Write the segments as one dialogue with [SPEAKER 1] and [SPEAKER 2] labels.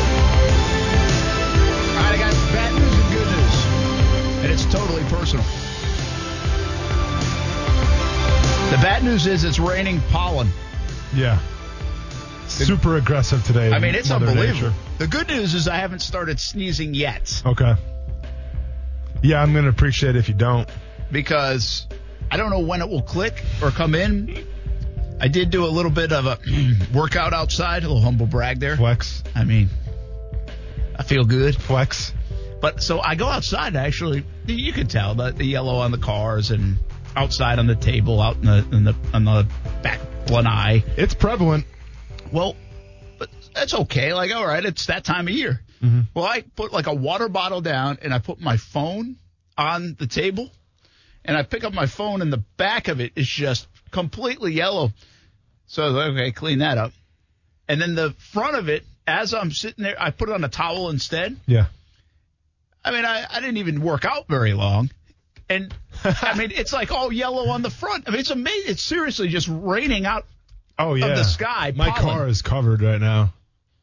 [SPEAKER 1] All right, I got bad news and good news, and it's totally personal. The bad news is it's raining pollen.
[SPEAKER 2] Yeah. Super aggressive today.
[SPEAKER 1] I mean, it's
[SPEAKER 2] Mother
[SPEAKER 1] unbelievable.
[SPEAKER 2] Nature.
[SPEAKER 1] The good news is I haven't started sneezing yet
[SPEAKER 2] Okay. Yeah, I'm going to appreciate it if you don't.
[SPEAKER 1] because I don't know when it will click or come in. I did do a little bit of a workout outside, a little humble brag there.
[SPEAKER 2] Flex.
[SPEAKER 1] I mean, I feel good.
[SPEAKER 2] Flex.
[SPEAKER 1] But so I go outside. Actually, you could tell the, the yellow on the cars and outside on the table, out in the in the on the back one eye.
[SPEAKER 2] It's prevalent.
[SPEAKER 1] Well, but that's okay. Like, all right, it's that time of year. Well, I put like a water bottle down and I put my phone on the table, and I pick up my phone and the back of it is just completely yellow. So I was like, okay, clean that up. And then the front of it, as I'm sitting there, I put it on a towel instead.
[SPEAKER 2] Yeah.
[SPEAKER 1] I mean, I, I didn't even work out very long. And I mean, it's like all yellow on the front. I mean, it's amazing. It's seriously just raining out.
[SPEAKER 2] Oh, yeah.
[SPEAKER 1] the sky,
[SPEAKER 2] My
[SPEAKER 1] pollen.
[SPEAKER 2] car is covered right now.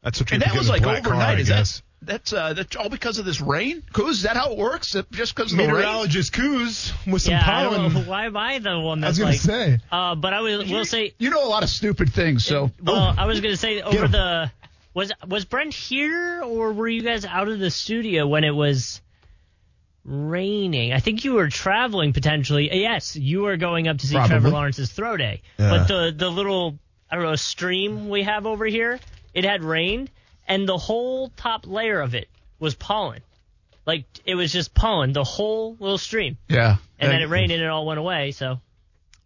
[SPEAKER 2] That's what you're
[SPEAKER 1] And that
[SPEAKER 2] getting
[SPEAKER 1] was
[SPEAKER 2] a
[SPEAKER 1] like
[SPEAKER 2] black
[SPEAKER 1] overnight.
[SPEAKER 2] car, I
[SPEAKER 1] is
[SPEAKER 2] guess.
[SPEAKER 1] that that's uh that's all because of this rain? Coos, is that how it works? That just because of the rain?
[SPEAKER 2] Meteorologist Coos with some
[SPEAKER 3] yeah, I
[SPEAKER 2] pollen.
[SPEAKER 3] don't know. Why am I the one
[SPEAKER 2] I was
[SPEAKER 3] that's
[SPEAKER 2] going
[SPEAKER 3] like?
[SPEAKER 2] to say.
[SPEAKER 3] Uh, but I was, will say.
[SPEAKER 1] You know a lot of stupid things. So
[SPEAKER 3] Well, I was gonna say over
[SPEAKER 2] Oh, him.
[SPEAKER 3] the was was Brent here or were you guys out of the studio when it was raining? I think you were traveling potentially. Yes, you were going up to see Trevor
[SPEAKER 1] Probably.
[SPEAKER 3] Lawrence's throw day.
[SPEAKER 2] Yeah.
[SPEAKER 3] But the the little I don't know stream we have over here, it had rained and the whole top layer of it was pollen. Like it was just pollen, the whole little stream.
[SPEAKER 1] yeah,
[SPEAKER 3] And then it rained and it all went away. So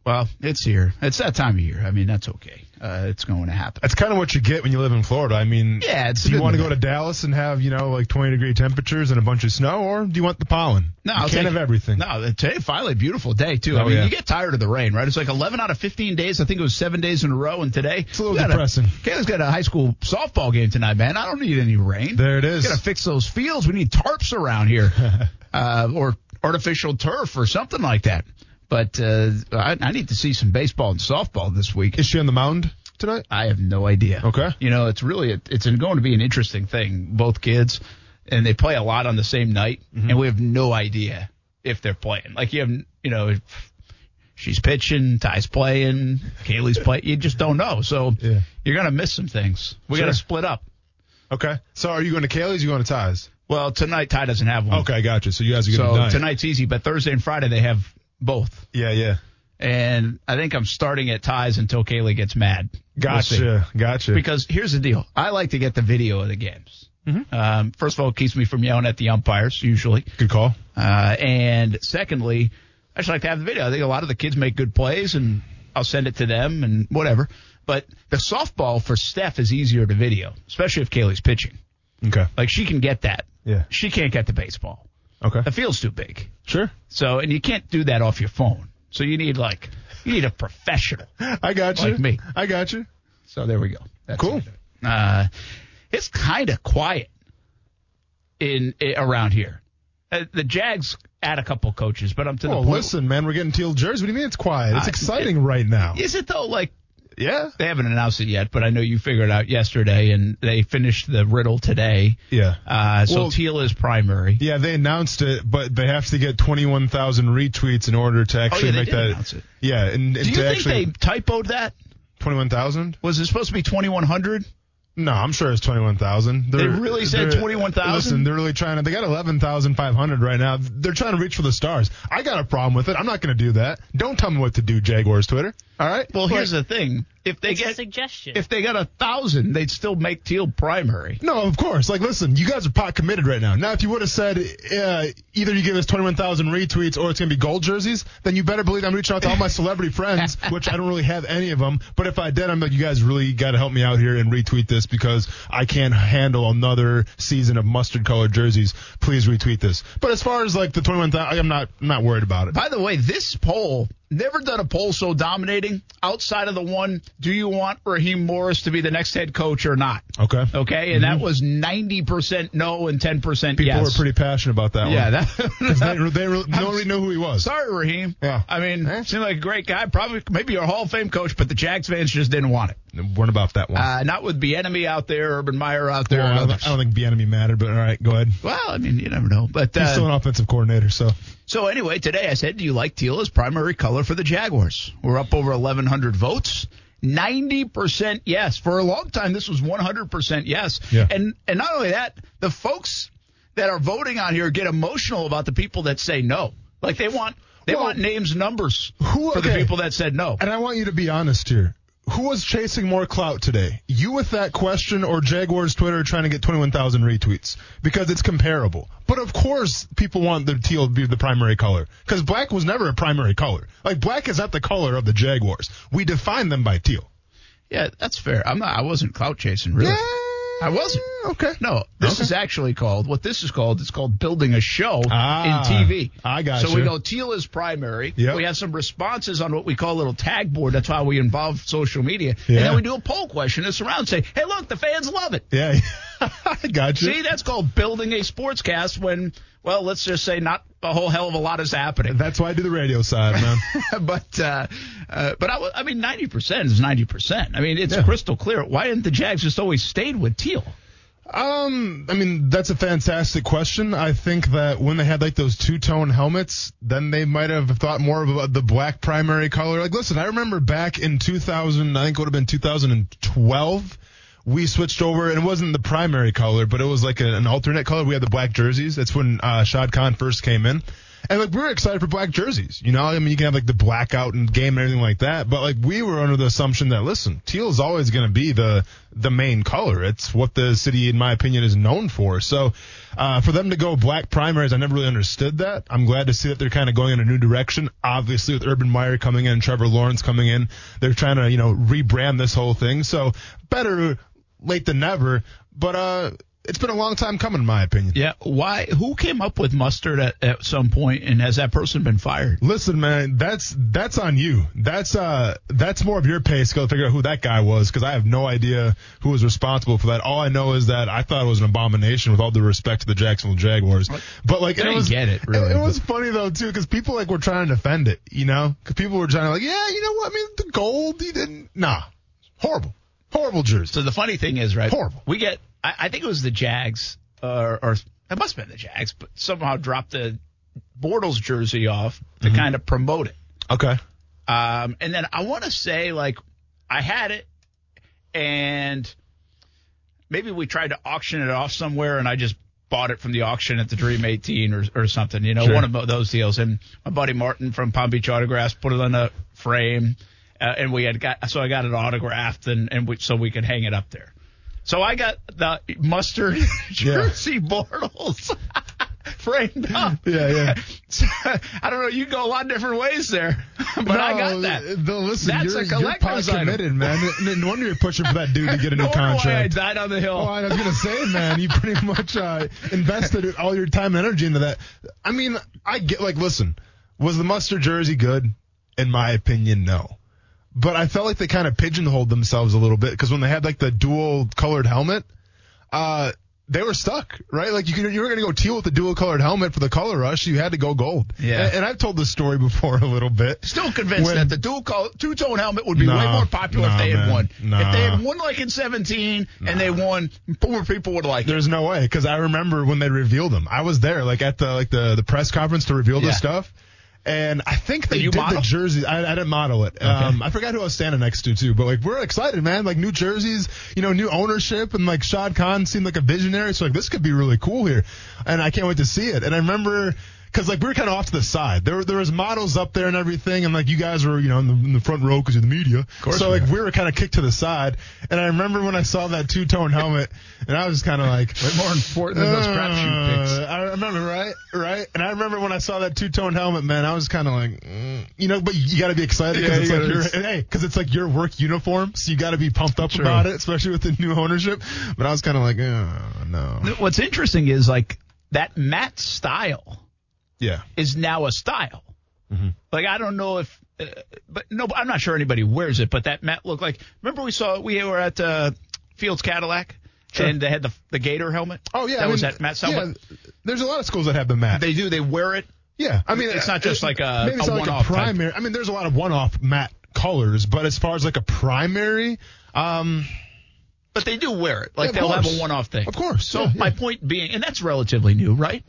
[SPEAKER 1] Well, it's here. It's that time of year. I mean, that's okay. Uh, it's going to happen.
[SPEAKER 2] That's kind of what you get when you live in Florida. I mean,
[SPEAKER 1] Yeah, it's
[SPEAKER 2] do you
[SPEAKER 1] good
[SPEAKER 2] want to
[SPEAKER 1] in
[SPEAKER 2] go to
[SPEAKER 1] that.
[SPEAKER 2] Dallas and have, you know, like 20 degree temperatures and a bunch of snow, or do you want the pollen?
[SPEAKER 1] No,
[SPEAKER 2] you
[SPEAKER 1] I'll
[SPEAKER 2] can't
[SPEAKER 1] take
[SPEAKER 2] have
[SPEAKER 1] it.
[SPEAKER 2] everything.
[SPEAKER 1] No, today finally a beautiful day too. I
[SPEAKER 2] Oh,
[SPEAKER 1] mean,
[SPEAKER 2] yeah.
[SPEAKER 1] you get tired of the rain, right? It's like 11 out of 15 days. I think it was seven days in a row, and today it's
[SPEAKER 2] a little depressing.
[SPEAKER 1] Kayla's got a high school softball game tonight, man. I don't need any rain.
[SPEAKER 2] There it is.
[SPEAKER 1] Got to fix those fields. We need tarps around here, uh, or artificial turf, or something like that. But uh, I, I need to see some baseball and softball this week.
[SPEAKER 2] Is she on the mound tonight?
[SPEAKER 1] I have no idea.
[SPEAKER 2] Okay.
[SPEAKER 1] You know, it's really it's going to be an interesting thing. Both kids, and they play a lot on the same night,
[SPEAKER 2] Mm-hmm.
[SPEAKER 1] and we have no idea if they're playing. Like you have, you know, if she's pitching, Ty's playing, Kaylee's playing. You just don't know. So
[SPEAKER 2] Yeah.
[SPEAKER 1] you're gonna miss some things. We
[SPEAKER 2] Sure.
[SPEAKER 1] got to split up.
[SPEAKER 2] Okay. So are you going to Kaylee's? Or you going to Ty's?
[SPEAKER 1] Well, tonight Ty doesn't have one.
[SPEAKER 2] Okay, gotcha. So you guys are going
[SPEAKER 1] Mm. So
[SPEAKER 2] to die.
[SPEAKER 1] tonight's easy, but Thursday and Friday they have both.
[SPEAKER 2] Yeah, yeah.
[SPEAKER 1] And I think I'm starting at Ty's until Kaylee gets mad. We'll see.
[SPEAKER 2] Gotcha, gotcha.
[SPEAKER 1] because here's the deal. I like to get the video of the games.
[SPEAKER 2] Mm-hmm.
[SPEAKER 1] Um, first of all, it keeps me from yelling at the umpires usually,
[SPEAKER 2] Good call.
[SPEAKER 1] uh, and secondly, I just like to have the video. I think a lot of the kids make good plays, and I'll send it to them and whatever. But the softball for Steph is easier to video, especially if Kaylee's pitching.
[SPEAKER 2] Okay.
[SPEAKER 1] Like she can get that.
[SPEAKER 2] Yeah.
[SPEAKER 1] She can't get the baseball.
[SPEAKER 2] Okay.
[SPEAKER 1] The field's too big.
[SPEAKER 2] Sure.
[SPEAKER 1] So, and you can't do that off your phone. So you need like you need a professional.
[SPEAKER 2] I got you.
[SPEAKER 1] Like me.
[SPEAKER 2] I got you.
[SPEAKER 1] So there we go. That's
[SPEAKER 2] Cool.
[SPEAKER 1] it. Uh, it's kind of quiet in, i around here. Uh, the Jags add a couple coaches, but I'm to
[SPEAKER 2] Well,
[SPEAKER 1] the point.
[SPEAKER 2] listen, man, we're getting teal jerseys. What do you mean it's quiet? It's
[SPEAKER 1] I-
[SPEAKER 2] exciting right now.
[SPEAKER 1] Is it though? Like
[SPEAKER 2] Yeah.
[SPEAKER 1] they haven't announced it yet, but I know you figured it out yesterday, and they finished the riddle today.
[SPEAKER 2] Yeah.
[SPEAKER 1] Uh, so
[SPEAKER 2] Well-
[SPEAKER 1] teal is primary.
[SPEAKER 2] Yeah, they announced it, but they have to get 21,000 retweets in order to actually
[SPEAKER 1] Oh, they
[SPEAKER 2] make
[SPEAKER 1] did
[SPEAKER 2] that.
[SPEAKER 1] announce it.
[SPEAKER 2] Yeah, and, and
[SPEAKER 1] Do you
[SPEAKER 2] to
[SPEAKER 1] think
[SPEAKER 2] actually
[SPEAKER 1] they typoed that?
[SPEAKER 2] 21,000?
[SPEAKER 1] Was it supposed to be 2100?
[SPEAKER 2] No, I'm sure it's 21,000. They're-
[SPEAKER 1] really said
[SPEAKER 2] they're-
[SPEAKER 1] 21,000?
[SPEAKER 2] Listen, they're really trying to. They got 11,500 right now. They're trying to reach for the stars. I got a problem with it. I'm not going to do that. Don't tell me what to do, Jaguars Twitter.
[SPEAKER 1] All right. Well, here's the thing: if they
[SPEAKER 3] It's a
[SPEAKER 1] get
[SPEAKER 3] suggestion.
[SPEAKER 1] if they got a thousand, they'd still make teal primary.
[SPEAKER 2] No, of course. Like, listen, you guys are pot committed right now. Now, if you would have said uh, either you give us 21,000 retweets or it's going to be gold jerseys, then you better believe I'm reaching out to all my celebrity friends, which I don't really have any of them. But if I did, I'm like, you guys really got to help me out here and retweet this because I can't handle another season of mustard colored jerseys. Please retweet this. But as far as like the 21,000, I'm not I'm not worried about it.
[SPEAKER 1] By the way, this poll never done a poll so dominating outside of the one: Do you want Raheem Morris to be the next head coach or not?
[SPEAKER 2] Okay.
[SPEAKER 1] Okay, and that was ninety percent no and ten percent
[SPEAKER 2] Mm-hmm. People
[SPEAKER 1] yes.
[SPEAKER 2] were pretty passionate about that
[SPEAKER 1] yeah,
[SPEAKER 2] one.
[SPEAKER 1] that,
[SPEAKER 2] they, they really, nobody knew who he was.
[SPEAKER 1] Sorry, Raheem.
[SPEAKER 2] Yeah.
[SPEAKER 1] I mean, seemed like a great guy. Probably, maybe a Hall of Fame coach, but the Jags fans just didn't want it.
[SPEAKER 2] Weren't about that one.
[SPEAKER 1] Uh, not with the enemy out there, Urban Meyer out there.
[SPEAKER 2] Well,
[SPEAKER 1] and
[SPEAKER 2] I,
[SPEAKER 1] others.
[SPEAKER 2] don't, I don't think enemy mattered, but all right, go ahead.
[SPEAKER 1] well, I mean, you never know. But
[SPEAKER 2] He's still
[SPEAKER 1] uh,
[SPEAKER 2] an offensive coordinator, so
[SPEAKER 1] so anyway, today I said, do you like teal as primary color for the Jaguars? We're up over 1,100 votes. 90% yes. For a long time, this was 100% yes.
[SPEAKER 2] Yeah.
[SPEAKER 1] And and not only that, the folks that are voting on here get emotional about the people that say no. Like they want they
[SPEAKER 2] Well,
[SPEAKER 1] want names, numbers
[SPEAKER 2] who-
[SPEAKER 1] for the
[SPEAKER 2] okay.
[SPEAKER 1] people that said no.
[SPEAKER 2] and I want you to be honest here. Who was chasing more clout today? You with that question or Jaguars Twitter trying to get 21,000 retweets? Because it's comparable. But of course, people want the teal to be the primary color. Because black was never a primary color. Like, black is not the color of the Jaguars. We define them by teal.
[SPEAKER 1] Yeah, that's fair. I'm not. I wasn't clout chasing, really. I wasn't.
[SPEAKER 2] Okay.
[SPEAKER 1] No, this
[SPEAKER 2] Okay.
[SPEAKER 1] is actually called what this is called. It's called building a show
[SPEAKER 2] Ah,
[SPEAKER 1] in TV.
[SPEAKER 2] I got
[SPEAKER 1] So we
[SPEAKER 2] you.
[SPEAKER 1] go teal is primary.
[SPEAKER 2] Yep.
[SPEAKER 1] We have some responses on what we call a little tag board. That's why we involve social media. And
[SPEAKER 2] Yeah.
[SPEAKER 1] then we do a poll question that's around. Say, hey, look, the fans love it.
[SPEAKER 2] Yeah. I got you.
[SPEAKER 1] See, that's called building a sportscast. When well, let's just say not a whole hell of a lot is happening.
[SPEAKER 2] That's why I do the radio side, man.
[SPEAKER 1] but uh, uh, but I, w- I mean, ninety percent is ninety percent. I mean, it's
[SPEAKER 2] Yeah.
[SPEAKER 1] crystal clear. Why didn't the Jags just always stayed with teal?
[SPEAKER 2] Um, I mean, that's a fantastic question. I think that when they had like those two tone helmets, then they might have thought more about the black primary color. Like, listen, I remember back in 2000, I think it would have been 2012. We switched over, and it wasn't the primary color, but it was like a- an alternate color. We had the black jerseys. That's when uh, Shad Khan first came in, and like we were excited for black jerseys. You know, I mean, you can have like the blackout and game and everything like that, but like we were under the assumption that listen, teal is always going to be the the main color. It's what the city, in my opinion, is known for. So uh, for them to go black primaries, I never really understood that. I'm glad to see that they're kind of going in a new direction. Obviously, with Urban Meyer coming in, Trevor Lawrence coming in, they're trying to you know rebrand this whole thing. So better late than never. But uh, it's been a long time coming, in my opinion.
[SPEAKER 1] Yeah. Why? Who came up with mustard at, at some point, and has that person been fired?
[SPEAKER 2] Listen, man, that's that's on you. That's uh that's more of your pay scale to figure out who that guy was because I have no idea who was responsible for that. All I know is that I thought it was an abomination with all due respect to the Jacksonville Jaguars. But like,
[SPEAKER 1] I
[SPEAKER 2] it
[SPEAKER 1] didn't
[SPEAKER 2] was
[SPEAKER 1] get it, really,
[SPEAKER 2] It,
[SPEAKER 1] but-
[SPEAKER 2] was funny though too because people like were trying to defend it, you know, because people were trying to like, yeah, you know what? I mean, the gold, he didn't. Nah, horrible, horrible jersey.
[SPEAKER 1] So the funny thing is, right?
[SPEAKER 2] Horrible.
[SPEAKER 1] We get. I, I think it was the Jags, or, or it must have been the Jags, but somehow dropped the Bortles jersey off to kind of promote it.
[SPEAKER 2] Okay,
[SPEAKER 1] Um, and then I want to say, like, I had it, and maybe we tried to auction it off somewhere, and I just bought it from the auction at the Dream 18 or, or something, you know,
[SPEAKER 2] Sure.
[SPEAKER 1] one of those deals. And my buddy Martin from Palm Beach Autographs put it on a frame, uh, and we had got, so I got it autographed, and, and we, so we could hang it up there. So I got the mustard jersey Bortles framed up.
[SPEAKER 2] yeah, yeah.
[SPEAKER 1] I don't know. You go a lot of different ways there, but I
[SPEAKER 2] No,
[SPEAKER 1] got that.
[SPEAKER 2] The, listen,
[SPEAKER 1] That's
[SPEAKER 2] you're,
[SPEAKER 1] a
[SPEAKER 2] you're pot
[SPEAKER 1] collector's item.
[SPEAKER 2] committed, man. No- No wonder you're pushing for that dude to get a new
[SPEAKER 1] No wonder
[SPEAKER 2] contract.
[SPEAKER 1] why I died on the hill.
[SPEAKER 2] Oh, I was gonna say, man, you pretty much uh, invested all your time and energy into that. I mean, I get like, listen, was the mustard jersey good? In my opinion, no. But I felt like they kind of pigeonholed themselves a little bit because when they had like the dual colored helmet, uh, they were stuck, right? Like you, could, you were gonna go teal with the dual colored helmet for the color rush. You had to go gold.
[SPEAKER 1] Yeah.
[SPEAKER 2] And, and I've told this story before a little bit.
[SPEAKER 1] Still convinced
[SPEAKER 2] When-
[SPEAKER 1] that the dual col- two tone helmet would be
[SPEAKER 2] Nah,
[SPEAKER 1] way more popular
[SPEAKER 2] nah,
[SPEAKER 1] if they had
[SPEAKER 2] man.
[SPEAKER 1] won.
[SPEAKER 2] Nah.
[SPEAKER 1] If they had won like in 17 and they won, more people would like it.
[SPEAKER 2] There's no way because I remember when they revealed them. I was there, like at the like the the press conference to reveal
[SPEAKER 1] Yeah.
[SPEAKER 2] the stuff. And I think they
[SPEAKER 1] Did you
[SPEAKER 2] did
[SPEAKER 1] model?
[SPEAKER 2] the jerseys. I, I didn't model it. Um, I forgot who I was standing next to too. But like we're excited, man. Like new jerseys, you know, new ownership, and like Shad Khan seemed like a visionary. So like this could be really cool here, and I can't wait to see it. And I remember because like we were kind of off to the side. There, were- there was models up there and everything, and like you guys were, you know, in the, in the front row because of the media.
[SPEAKER 1] course
[SPEAKER 2] so
[SPEAKER 1] we
[SPEAKER 2] like
[SPEAKER 1] were.
[SPEAKER 2] we were kind of kicked to the side, and I remember when I saw that two tone helmet, and I was kind of like,
[SPEAKER 1] Way more important than those crapshoot picks.
[SPEAKER 2] uh, I remember, right? Right? And I remember when I saw that two tone helmet, man, I was kind of like, mm, you know, but you got to be excited
[SPEAKER 1] Yeah,
[SPEAKER 2] because
[SPEAKER 1] you
[SPEAKER 2] it's, like
[SPEAKER 1] gotta
[SPEAKER 2] your, hey, 'cause it's like your work uniform, so you got to be pumped up
[SPEAKER 1] True.
[SPEAKER 2] about it, especially with the new ownership. But I was kind of like, oh, no.
[SPEAKER 1] What's interesting is like that Matt style
[SPEAKER 2] Yeah.
[SPEAKER 1] is now a style.
[SPEAKER 2] Mm-hmm.
[SPEAKER 1] Like I don't know if, uh, but no, I'm not sure anybody wears it. But that Matt looked like. Remember we saw we were at uh, Fields Cadillac and they had the the Gator helmet.
[SPEAKER 2] Oh, yeah.
[SPEAKER 1] that
[SPEAKER 2] I
[SPEAKER 1] was
[SPEAKER 2] mean,
[SPEAKER 1] that Matt style.
[SPEAKER 2] yeah,
[SPEAKER 1] but
[SPEAKER 2] There's a lot of schools that have the mat.
[SPEAKER 1] They do. They wear it.
[SPEAKER 2] Yeah, I mean,
[SPEAKER 1] It's not
[SPEAKER 2] uh,
[SPEAKER 1] just like a-
[SPEAKER 2] maybe it's
[SPEAKER 1] a
[SPEAKER 2] not
[SPEAKER 1] one-off
[SPEAKER 2] like a
[SPEAKER 1] type.
[SPEAKER 2] primary. I mean, there's a lot of one-off matte colors, but as far as like a primary, um,
[SPEAKER 1] But they do wear it. Like
[SPEAKER 2] of
[SPEAKER 1] they'll have
[SPEAKER 2] course.
[SPEAKER 1] a one-off thing.
[SPEAKER 2] Of course,
[SPEAKER 1] So
[SPEAKER 2] yeah,
[SPEAKER 1] my
[SPEAKER 2] yeah.
[SPEAKER 1] point being, and that's relatively new, right?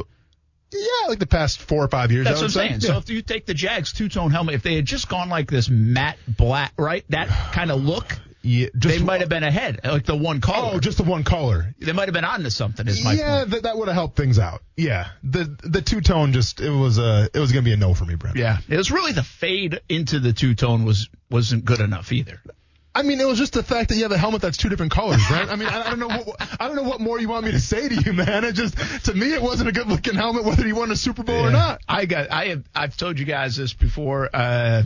[SPEAKER 2] yeah, like the past four or five years.
[SPEAKER 1] That's
[SPEAKER 2] I
[SPEAKER 1] what I'm
[SPEAKER 2] would say.
[SPEAKER 1] saying. So
[SPEAKER 2] Yeah.
[SPEAKER 1] if you take the Jags two-tone helmet, if they had just gone like this matte black, right, that kind of look,
[SPEAKER 2] Yeah, just
[SPEAKER 1] they might have been ahead. Like the one color.
[SPEAKER 2] Oh, just the one color.
[SPEAKER 1] they might have been onto something. Is my
[SPEAKER 2] yeah,
[SPEAKER 1] point.
[SPEAKER 2] that that would have helped things out. Yeah, the the two tone just it was uh, it was gonna be a no for me, Brent.
[SPEAKER 1] Yeah, it was really the fade into the two tone was wasn't good enough either.
[SPEAKER 2] I mean, it was just the fact that you have a helmet that's two different colors, Brent. I mean, I, I don't know what I don't know what more you want me to say to you, man. It just to me it wasn't a good looking helmet whether you won a Super Bowl or not.
[SPEAKER 1] I got I have I've told you guys this before. Uh,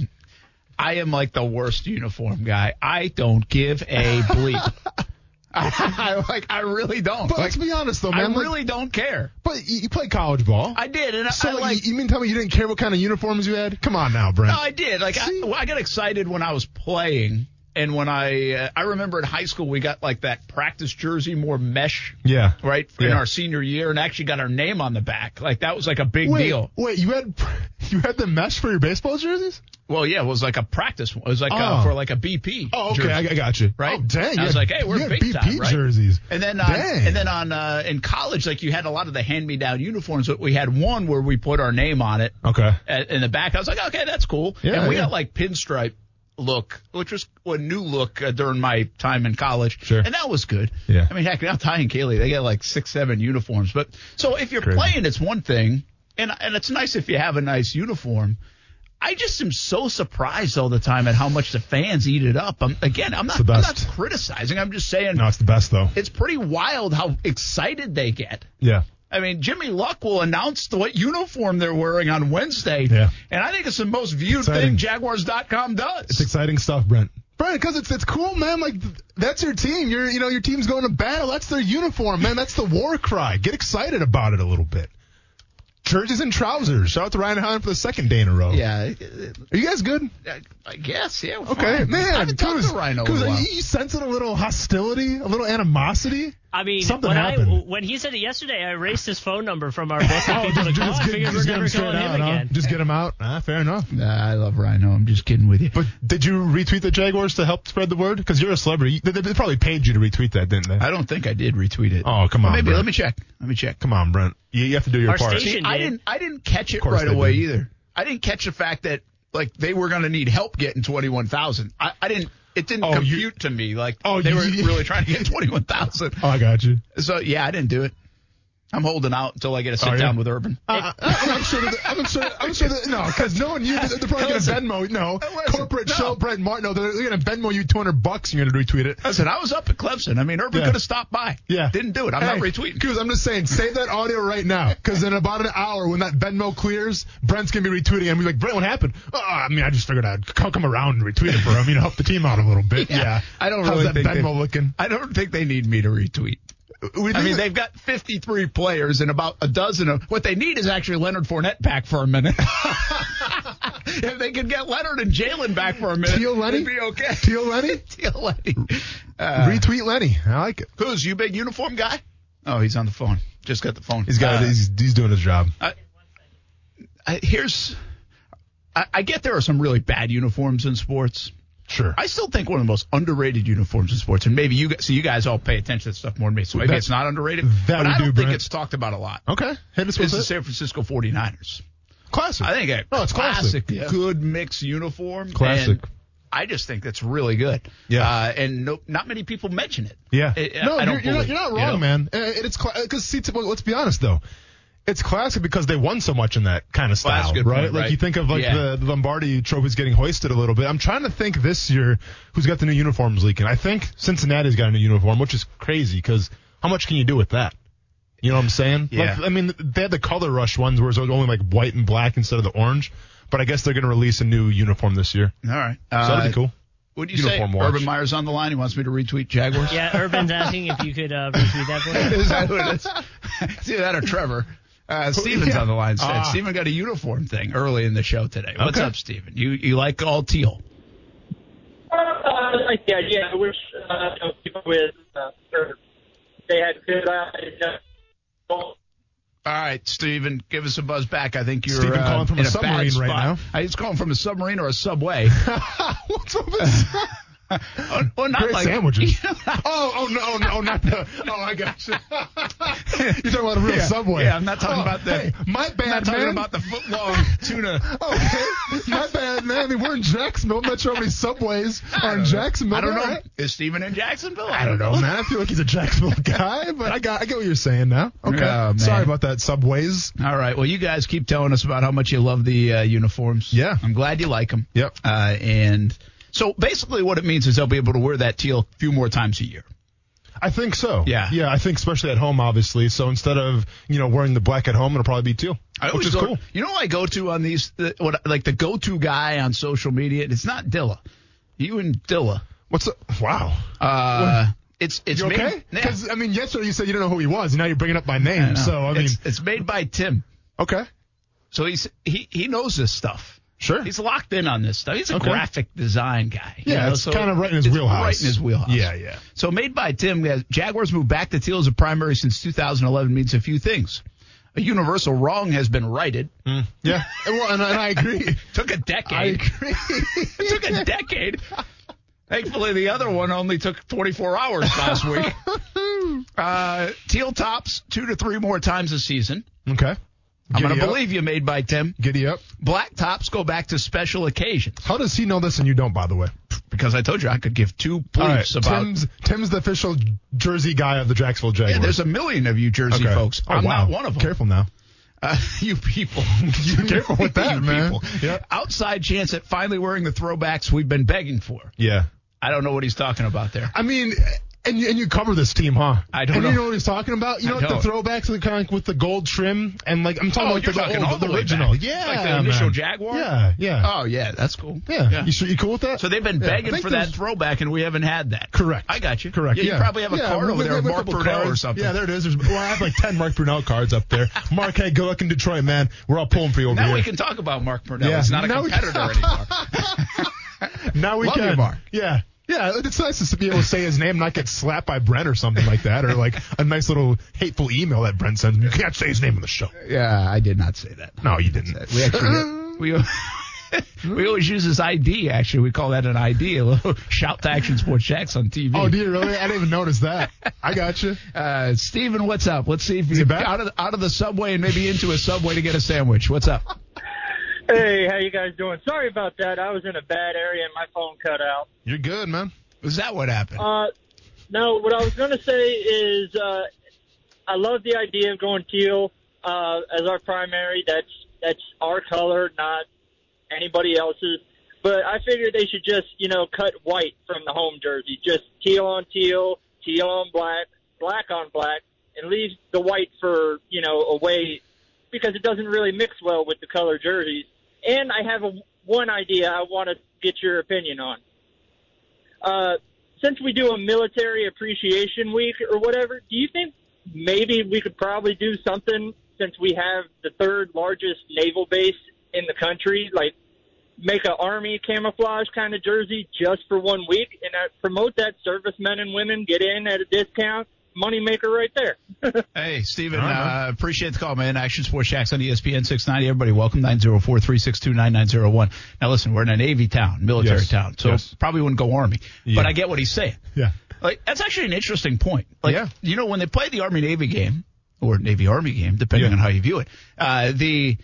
[SPEAKER 1] I am like the worst uniform guy. I don't give a bleep. I, like I really don't.
[SPEAKER 2] But
[SPEAKER 1] Like,
[SPEAKER 2] let's be honest though,
[SPEAKER 1] I
[SPEAKER 2] man. like-
[SPEAKER 1] really don't care.
[SPEAKER 2] But you, you played college ball.
[SPEAKER 1] I did, and I-
[SPEAKER 2] so
[SPEAKER 1] I
[SPEAKER 2] like,
[SPEAKER 1] like.
[SPEAKER 2] you, you mean tell me you didn't care what kind of uniforms you had? Come on now, Brent.
[SPEAKER 1] No, I did. Like I,
[SPEAKER 2] See?
[SPEAKER 1] well, I got excited when I was playing, and when I uh, I remember in high school we got like that practice jersey, more mesh.
[SPEAKER 2] yeah.
[SPEAKER 1] Right in
[SPEAKER 2] Yeah.
[SPEAKER 1] our senior year, and actually got our name on the back. Like that was like a big
[SPEAKER 2] Wait,
[SPEAKER 1] deal.
[SPEAKER 2] wait, you had you had the mesh for your baseball jerseys?
[SPEAKER 1] Well, yeah, it was like a practice. one. It was like
[SPEAKER 2] Oh.
[SPEAKER 1] uh, for like a BP.
[SPEAKER 2] Oh, okay,
[SPEAKER 1] jersey.
[SPEAKER 2] I, I got you.
[SPEAKER 1] Right?
[SPEAKER 2] Oh, dang.
[SPEAKER 1] I was
[SPEAKER 2] yeah.
[SPEAKER 1] like, hey, we're
[SPEAKER 2] you had
[SPEAKER 1] big
[SPEAKER 2] BP
[SPEAKER 1] time, right?
[SPEAKER 2] jerseys.
[SPEAKER 1] and then on,
[SPEAKER 2] dang.
[SPEAKER 1] and then on uh, in college, like you had a lot of the hand-me-down uniforms. But we had one where we put our name on it
[SPEAKER 2] okay.
[SPEAKER 1] at, in the back. I was like, okay, that's cool.
[SPEAKER 2] Yeah,
[SPEAKER 1] and we
[SPEAKER 2] yeah.
[SPEAKER 1] got like pinstripe look, which was a new look uh, during my time in college.
[SPEAKER 2] Sure.
[SPEAKER 1] And that was good.
[SPEAKER 2] Yeah.
[SPEAKER 1] I mean, heck, now Ty and Kaylee, they got like six, seven uniforms. But so if you're
[SPEAKER 2] Crazy.
[SPEAKER 1] playing, it's one thing, and and it's nice if you have a nice uniform. I just am so surprised all the time at how much the fans eat it up. I'm, again, I'm not,
[SPEAKER 2] the
[SPEAKER 1] I'm not
[SPEAKER 2] best.
[SPEAKER 1] criticizing. I'm just saying
[SPEAKER 2] No, it's the best though.
[SPEAKER 1] it's pretty wild how excited they get.
[SPEAKER 2] yeah.
[SPEAKER 1] I mean, Jimmy Luck will announce what uniform they're wearing on Wednesday.
[SPEAKER 2] Yeah.
[SPEAKER 1] And I think it's the most viewed
[SPEAKER 2] Exciting.
[SPEAKER 1] thing Jaguars.com does.
[SPEAKER 2] It's exciting stuff, Brent. Brent, because it's it's cool, man. Like th- that's your team. Your you know your team's going to battle. That's their uniform, man. That's the war cry. Get excited about it a little bit. Churches and trousers. Shout out to Ryan Hahn for the second day in a row.
[SPEAKER 1] yeah.
[SPEAKER 2] Are you guys good?
[SPEAKER 1] I- I guess, yeah. we're
[SPEAKER 2] Okay,
[SPEAKER 1] fine. I
[SPEAKER 2] man.
[SPEAKER 1] haven't talked
[SPEAKER 2] Kuz-
[SPEAKER 1] to Rhino in a
[SPEAKER 2] Kuz, are
[SPEAKER 1] while.
[SPEAKER 2] you, you sensing a little hostility, a little animosity.
[SPEAKER 3] I mean,
[SPEAKER 2] Something
[SPEAKER 3] when I
[SPEAKER 2] happened. Oh,
[SPEAKER 3] when he said it yesterday, I erased his phone number from our list of people to
[SPEAKER 2] Just-
[SPEAKER 3] call.
[SPEAKER 2] just
[SPEAKER 3] I
[SPEAKER 2] get-
[SPEAKER 3] figured we're
[SPEAKER 2] just get
[SPEAKER 3] never
[SPEAKER 2] him straight
[SPEAKER 3] calling him
[SPEAKER 2] out, huh?
[SPEAKER 3] again.
[SPEAKER 2] Just get him out. Ah, fair enough.
[SPEAKER 1] Nah, I love Rhino. I'm just kidding with you.
[SPEAKER 2] But did you retweet the Jaguars to help spread the word? Because you're a celebrity. They, they- they probably paid you to retweet that, didn't they?
[SPEAKER 1] I don't think I did retweet it.
[SPEAKER 2] Oh, come on,
[SPEAKER 1] Maybe.
[SPEAKER 2] Brent.
[SPEAKER 1] Let me check. Let me check.
[SPEAKER 2] Come on, Brent. You, you have to do your
[SPEAKER 3] Our
[SPEAKER 2] part.
[SPEAKER 3] station-
[SPEAKER 1] I
[SPEAKER 3] did.
[SPEAKER 1] didn't. I didn't catch it
[SPEAKER 2] course
[SPEAKER 1] right
[SPEAKER 2] they
[SPEAKER 1] away
[SPEAKER 2] did.
[SPEAKER 1] either. I didn't catch the fact that like they were going to need help getting twenty one thousand. I, I didn't. It didn't
[SPEAKER 2] Oh, you-
[SPEAKER 1] compute to me. Like
[SPEAKER 2] Oh,
[SPEAKER 1] they
[SPEAKER 2] you-
[SPEAKER 1] were really trying to get twenty one thousand.
[SPEAKER 2] Oh, I got you.
[SPEAKER 1] So yeah, I didn't do it. I'm holding out until I get to sit
[SPEAKER 2] Are you?
[SPEAKER 1] down with Urban.
[SPEAKER 2] Uh, I- I'm sure. That, I'm sure. I'm sure that no, because no one you they're probably gonna
[SPEAKER 1] Listen.
[SPEAKER 2] Venmo. No,
[SPEAKER 1] Listen,
[SPEAKER 2] corporate
[SPEAKER 1] no.
[SPEAKER 2] show Brent Martin. No, they're, they're gonna Venmo you 200 bucks. and You're gonna retweet it.
[SPEAKER 1] Listen, I was up at Clemson. I mean, Urban
[SPEAKER 2] Yeah.
[SPEAKER 1] could have stopped by.
[SPEAKER 2] Yeah.
[SPEAKER 1] didn't do it. I'm not retweeting.
[SPEAKER 2] Because I'm just saying, save that audio right now. Because in about an hour, when that Venmo clears, Brent's going to be retweeting. I'm like, Brent, what happened? Oh, I mean, I just figured I'd c- come around and retweet it for him, you know, help the team out a little bit. Yeah.
[SPEAKER 1] I don't
[SPEAKER 2] How's
[SPEAKER 1] really
[SPEAKER 2] that
[SPEAKER 1] think
[SPEAKER 2] Venmo
[SPEAKER 1] they-
[SPEAKER 2] looking?
[SPEAKER 1] I don't think they need me to retweet. I mean, they've got 53 players and about a dozen of what they need is actually Leonard Fournette back for a minute. if they could get Leonard and Jalen back for a minute,
[SPEAKER 2] Teal Lenny?
[SPEAKER 1] it'd be okay.
[SPEAKER 2] Teal Lenny?
[SPEAKER 1] Teal Lenny. Uh,
[SPEAKER 2] Retweet Lenny. I like it.
[SPEAKER 1] who's you big uniform guy? Oh, he's on the phone. Just got the phone. Uh,
[SPEAKER 2] he's doing his job.
[SPEAKER 1] I, I, here's, I, I get there are some really bad uniforms in sports.
[SPEAKER 2] Sure.
[SPEAKER 1] I still think one of the most underrated uniforms in sports, and maybe you guys, so you guys all pay attention to this stuff more than me, so maybe
[SPEAKER 2] That-
[SPEAKER 1] it's not underrated,
[SPEAKER 2] that
[SPEAKER 1] but
[SPEAKER 2] we
[SPEAKER 1] I don't
[SPEAKER 2] do,
[SPEAKER 1] think
[SPEAKER 2] Brent.
[SPEAKER 1] it's talked about a lot.
[SPEAKER 2] okay. Hit us
[SPEAKER 1] It's
[SPEAKER 2] with
[SPEAKER 1] the
[SPEAKER 2] it.
[SPEAKER 1] San Francisco 49ers.
[SPEAKER 2] Classic.
[SPEAKER 1] I think a
[SPEAKER 2] No, it's classic.
[SPEAKER 1] classic,
[SPEAKER 2] Yeah.
[SPEAKER 1] good mix uniform.
[SPEAKER 2] Classic.
[SPEAKER 1] and I just think that's really good.
[SPEAKER 2] Yeah.
[SPEAKER 1] Uh, and no, not many people mention it.
[SPEAKER 2] Yeah.
[SPEAKER 1] I- I-
[SPEAKER 2] no,
[SPEAKER 1] I don't
[SPEAKER 2] you're, you're, not,
[SPEAKER 1] believe,
[SPEAKER 2] you're not
[SPEAKER 1] you
[SPEAKER 2] wrong,
[SPEAKER 1] know?
[SPEAKER 2] man. Uh, It's because see, t- well, let's be honest though. It's classic because they won so much in that kind of
[SPEAKER 1] Well, that's
[SPEAKER 2] style,
[SPEAKER 1] a good
[SPEAKER 2] right?
[SPEAKER 1] point,
[SPEAKER 2] Like
[SPEAKER 1] right.
[SPEAKER 2] you think of like
[SPEAKER 1] Yeah.
[SPEAKER 2] the Lombardi trophies getting hoisted a little bit. I'm trying to think this year who's got the new uniforms leaking. I think Cincinnati's got a new uniform, which is crazy because how much can you do with that? You know what I'm saying?
[SPEAKER 1] Yeah.
[SPEAKER 2] Like, I mean, they had the color rush ones where it was only like white and black instead of the orange, but I guess they're going to release a new uniform this year.
[SPEAKER 1] All right.
[SPEAKER 2] So that'd be cool.
[SPEAKER 1] What do you
[SPEAKER 2] Uniform
[SPEAKER 1] say?
[SPEAKER 2] watch.
[SPEAKER 1] Urban Meyer's on the line. He wants me to retweet Jaguars.
[SPEAKER 3] Yeah, Urban's asking if you could uh, retweet that for him.
[SPEAKER 1] Is that what it is? It's either that or Trevor. Uh, Steven's
[SPEAKER 2] Yeah.
[SPEAKER 1] on the line. Said.
[SPEAKER 2] Ah.
[SPEAKER 1] Steven got a uniform thing early in the show today. What's
[SPEAKER 2] Okay.
[SPEAKER 1] up, Steven? You you like all teal?
[SPEAKER 4] Uh, I like the idea. I wish uh, you know, people with uh, or they had good eyes. Uh,
[SPEAKER 1] All right, Steven, give us a buzz back. I think you're
[SPEAKER 2] Steven
[SPEAKER 1] uh,
[SPEAKER 2] calling from
[SPEAKER 1] in
[SPEAKER 2] a
[SPEAKER 1] a bad
[SPEAKER 2] submarine right
[SPEAKER 1] spot.
[SPEAKER 2] now.
[SPEAKER 1] Uh, He's calling from a submarine or a subway.
[SPEAKER 2] What's up with that?
[SPEAKER 1] or, or not
[SPEAKER 2] Great
[SPEAKER 1] like
[SPEAKER 2] sandwiches. oh, oh no, oh, no, not the. Oh, I got you. You're talking about a real
[SPEAKER 1] Yeah.
[SPEAKER 2] subway. Oh,
[SPEAKER 1] Yeah, I'm not talking about the-
[SPEAKER 2] Hey, my bad,
[SPEAKER 1] I'm not talking
[SPEAKER 2] man.
[SPEAKER 1] about the footlong tuna.
[SPEAKER 2] okay, my bad, man. I mean, we're in Jacksonville. I'm not sure how many subways
[SPEAKER 1] I
[SPEAKER 2] are
[SPEAKER 1] don't know.
[SPEAKER 2] in Jacksonville.
[SPEAKER 1] I don't
[SPEAKER 2] All
[SPEAKER 1] know.
[SPEAKER 2] right.
[SPEAKER 1] Is Steven in Jacksonville?
[SPEAKER 2] I don't know, man. I feel like he's a Jacksonville guy, but I got I get what you're saying now. Okay,
[SPEAKER 1] Oh, man.
[SPEAKER 2] sorry about that. Subways.
[SPEAKER 1] All right. Well, you guys keep telling us about how much you love the uh, uniforms.
[SPEAKER 2] Yeah.
[SPEAKER 1] I'm glad you like them.
[SPEAKER 2] Yep.
[SPEAKER 1] Uh, and so basically, what it means is they'll be able to wear that teal a few more times a year.
[SPEAKER 2] I think so.
[SPEAKER 1] Yeah.
[SPEAKER 2] yeah. I think especially at home, obviously. So instead of you know wearing the black at home, it'll probably be teal,
[SPEAKER 1] I
[SPEAKER 2] which
[SPEAKER 1] always
[SPEAKER 2] is
[SPEAKER 1] go-
[SPEAKER 2] cool.
[SPEAKER 1] You know, who I go to on these, the, what like the go-to guy on social media. And it's not Dilla. You and Dilla.
[SPEAKER 2] What's the, wow?
[SPEAKER 1] Uh, it's it's
[SPEAKER 2] You
[SPEAKER 1] made,
[SPEAKER 2] okay?
[SPEAKER 1] Yeah.
[SPEAKER 2] Because I mean, yesterday you said you didn't know who he was, and now you're bringing up my
[SPEAKER 1] I
[SPEAKER 2] name.
[SPEAKER 1] know.
[SPEAKER 2] so I mean,
[SPEAKER 1] it's, it's made by Tim.
[SPEAKER 2] okay,
[SPEAKER 1] So he's he he knows this stuff.
[SPEAKER 2] sure.
[SPEAKER 1] He's locked in on this stuff. He's a
[SPEAKER 2] Okay.
[SPEAKER 1] graphic design guy. you
[SPEAKER 2] yeah,
[SPEAKER 1] know,
[SPEAKER 2] it's
[SPEAKER 1] so
[SPEAKER 2] kind of right in his
[SPEAKER 1] it's
[SPEAKER 2] wheelhouse.
[SPEAKER 1] Right in his wheelhouse.
[SPEAKER 2] Yeah, yeah.
[SPEAKER 1] So made by Tim, uh, Jaguars move back to teal as a primary since 2011 means a few things. A universal wrong has been righted.
[SPEAKER 2] Yeah. Well, and, and I agree.
[SPEAKER 1] Took a
[SPEAKER 2] Hmm. I
[SPEAKER 1] decade.
[SPEAKER 2] agree.
[SPEAKER 1] it took a decade. Thankfully, the other one only took 24 hours last week. Uh, teal tops two to three more times a season.
[SPEAKER 2] okay.
[SPEAKER 1] I'm going
[SPEAKER 2] Giddy
[SPEAKER 1] to
[SPEAKER 2] up.
[SPEAKER 1] believe you, made by Tim.
[SPEAKER 2] Giddy up.
[SPEAKER 1] Black tops go back to special occasions
[SPEAKER 2] How does he know this and you don't? By the way.
[SPEAKER 1] because I told you I could give two points about.
[SPEAKER 2] Tim's Tim's the official jersey guy of the Jacksonville
[SPEAKER 1] Yeah,
[SPEAKER 2] Jaguars.
[SPEAKER 1] there's a million of you Jersey
[SPEAKER 2] Okay.
[SPEAKER 1] folks.
[SPEAKER 2] Oh,
[SPEAKER 1] I'm
[SPEAKER 2] wow.
[SPEAKER 1] not one of them.
[SPEAKER 2] Careful now.
[SPEAKER 1] Uh, you people.
[SPEAKER 2] Careful with that,
[SPEAKER 1] You
[SPEAKER 2] man.
[SPEAKER 1] people.
[SPEAKER 2] Yep.
[SPEAKER 1] Outside chance at finally wearing the throwbacks we've been begging for.
[SPEAKER 2] Yeah.
[SPEAKER 1] I don't know what he's talking about there.
[SPEAKER 2] I mean, and you, and you cover this team, huh?
[SPEAKER 1] I don't
[SPEAKER 2] and
[SPEAKER 1] know.
[SPEAKER 2] you know what he's talking about. You
[SPEAKER 1] I
[SPEAKER 2] know like the
[SPEAKER 1] don't.
[SPEAKER 2] throwbacks, like, kind of like with the gold trim, and like I'm talking
[SPEAKER 1] Oh,
[SPEAKER 2] about
[SPEAKER 1] you're
[SPEAKER 2] the,
[SPEAKER 1] talking
[SPEAKER 2] oh,
[SPEAKER 1] all the way
[SPEAKER 2] original.
[SPEAKER 1] back.
[SPEAKER 2] Yeah,
[SPEAKER 1] Like the initial
[SPEAKER 2] man.
[SPEAKER 1] Jaguar?
[SPEAKER 2] Yeah, yeah,
[SPEAKER 1] Oh yeah, that's cool.
[SPEAKER 2] yeah. You sure you cool with that?
[SPEAKER 1] So they've been
[SPEAKER 2] Yeah. I
[SPEAKER 1] begging
[SPEAKER 2] think
[SPEAKER 1] for that
[SPEAKER 2] there's-
[SPEAKER 1] throwback, and we haven't had that.
[SPEAKER 2] Correct.
[SPEAKER 1] I got you.
[SPEAKER 2] Correct.
[SPEAKER 1] Yeah, you probably have a
[SPEAKER 2] Yeah,
[SPEAKER 1] card
[SPEAKER 2] we-
[SPEAKER 1] over
[SPEAKER 2] we-
[SPEAKER 1] there,
[SPEAKER 2] we
[SPEAKER 1] of
[SPEAKER 2] have a
[SPEAKER 1] Mark
[SPEAKER 2] couple
[SPEAKER 1] Brunell or
[SPEAKER 2] cards.
[SPEAKER 1] something.
[SPEAKER 2] Yeah, there it is. There's, well, I have like ten Mark Brunell cards up there. Mark, hey, good luck in Detroit, man. We're all pulling for you over
[SPEAKER 1] now
[SPEAKER 2] here.
[SPEAKER 1] we can talk about Mark Brunell.
[SPEAKER 2] Yeah.
[SPEAKER 1] It's not a
[SPEAKER 2] Now we-
[SPEAKER 1] competitor anymore.
[SPEAKER 2] Now we
[SPEAKER 1] Love you,
[SPEAKER 2] can.
[SPEAKER 1] Mark.
[SPEAKER 2] Yeah. Yeah, it's nice to be able to say his name, not get slapped by Brent or something like that, or like a nice little hateful email that Brent sends. me. You can't say his name on the show.
[SPEAKER 1] Yeah, I did not say that.
[SPEAKER 2] No, you didn't.
[SPEAKER 1] We actually we. We always use his ID, actually. We call that an ID, a little shout to Action Sports Jacks on TV.
[SPEAKER 2] Oh, do you really? I didn't even notice that. I got you.
[SPEAKER 1] Uh, Steven, what's up? Let's see if you
[SPEAKER 2] back?
[SPEAKER 1] out of the, out of the subway and maybe into a subway to get a sandwich. What's up?
[SPEAKER 4] hey, how you guys doing? Sorry about that. I was in a bad area and my phone cut out.
[SPEAKER 2] You're good, man.
[SPEAKER 1] Was that what happened?
[SPEAKER 4] Uh, no, what I was going to say is uh, I love the idea of going teal uh, as our primary. That's that's our color, not anybody else's. But I figured they should just you know cut white from the home jersey, just teal on teal, teal on black, black on black, and leave the white for you know away because it doesn't really mix well with the color jerseys. And I have a, one idea I want to get your opinion on uh, since we do a military appreciation week or whatever, do you think maybe we could probably do something since we have the third largest naval base in the country, like make an army camouflage kind of jersey just for one week and uh, promote that servicemen and women get in at a discount, moneymaker right there.
[SPEAKER 1] Hey, Steven,
[SPEAKER 2] All right,
[SPEAKER 1] uh, appreciate the call, man. Action Sports Shacks on E ESPN 690. Everybody, welcome 904 362 9901. Now, listen, we're in a Navy town, military
[SPEAKER 2] Yes,
[SPEAKER 1] town, so
[SPEAKER 2] yes.
[SPEAKER 1] probably wouldn't go Army.
[SPEAKER 2] Yeah.
[SPEAKER 1] But I get what he's saying.
[SPEAKER 2] Yeah.
[SPEAKER 1] Like, that's actually an interesting point. Like,
[SPEAKER 2] Yeah.
[SPEAKER 1] you know, when they play the Army Navy game, or Navy Army game, depending
[SPEAKER 2] Yeah.
[SPEAKER 1] on how you view it, uh, the.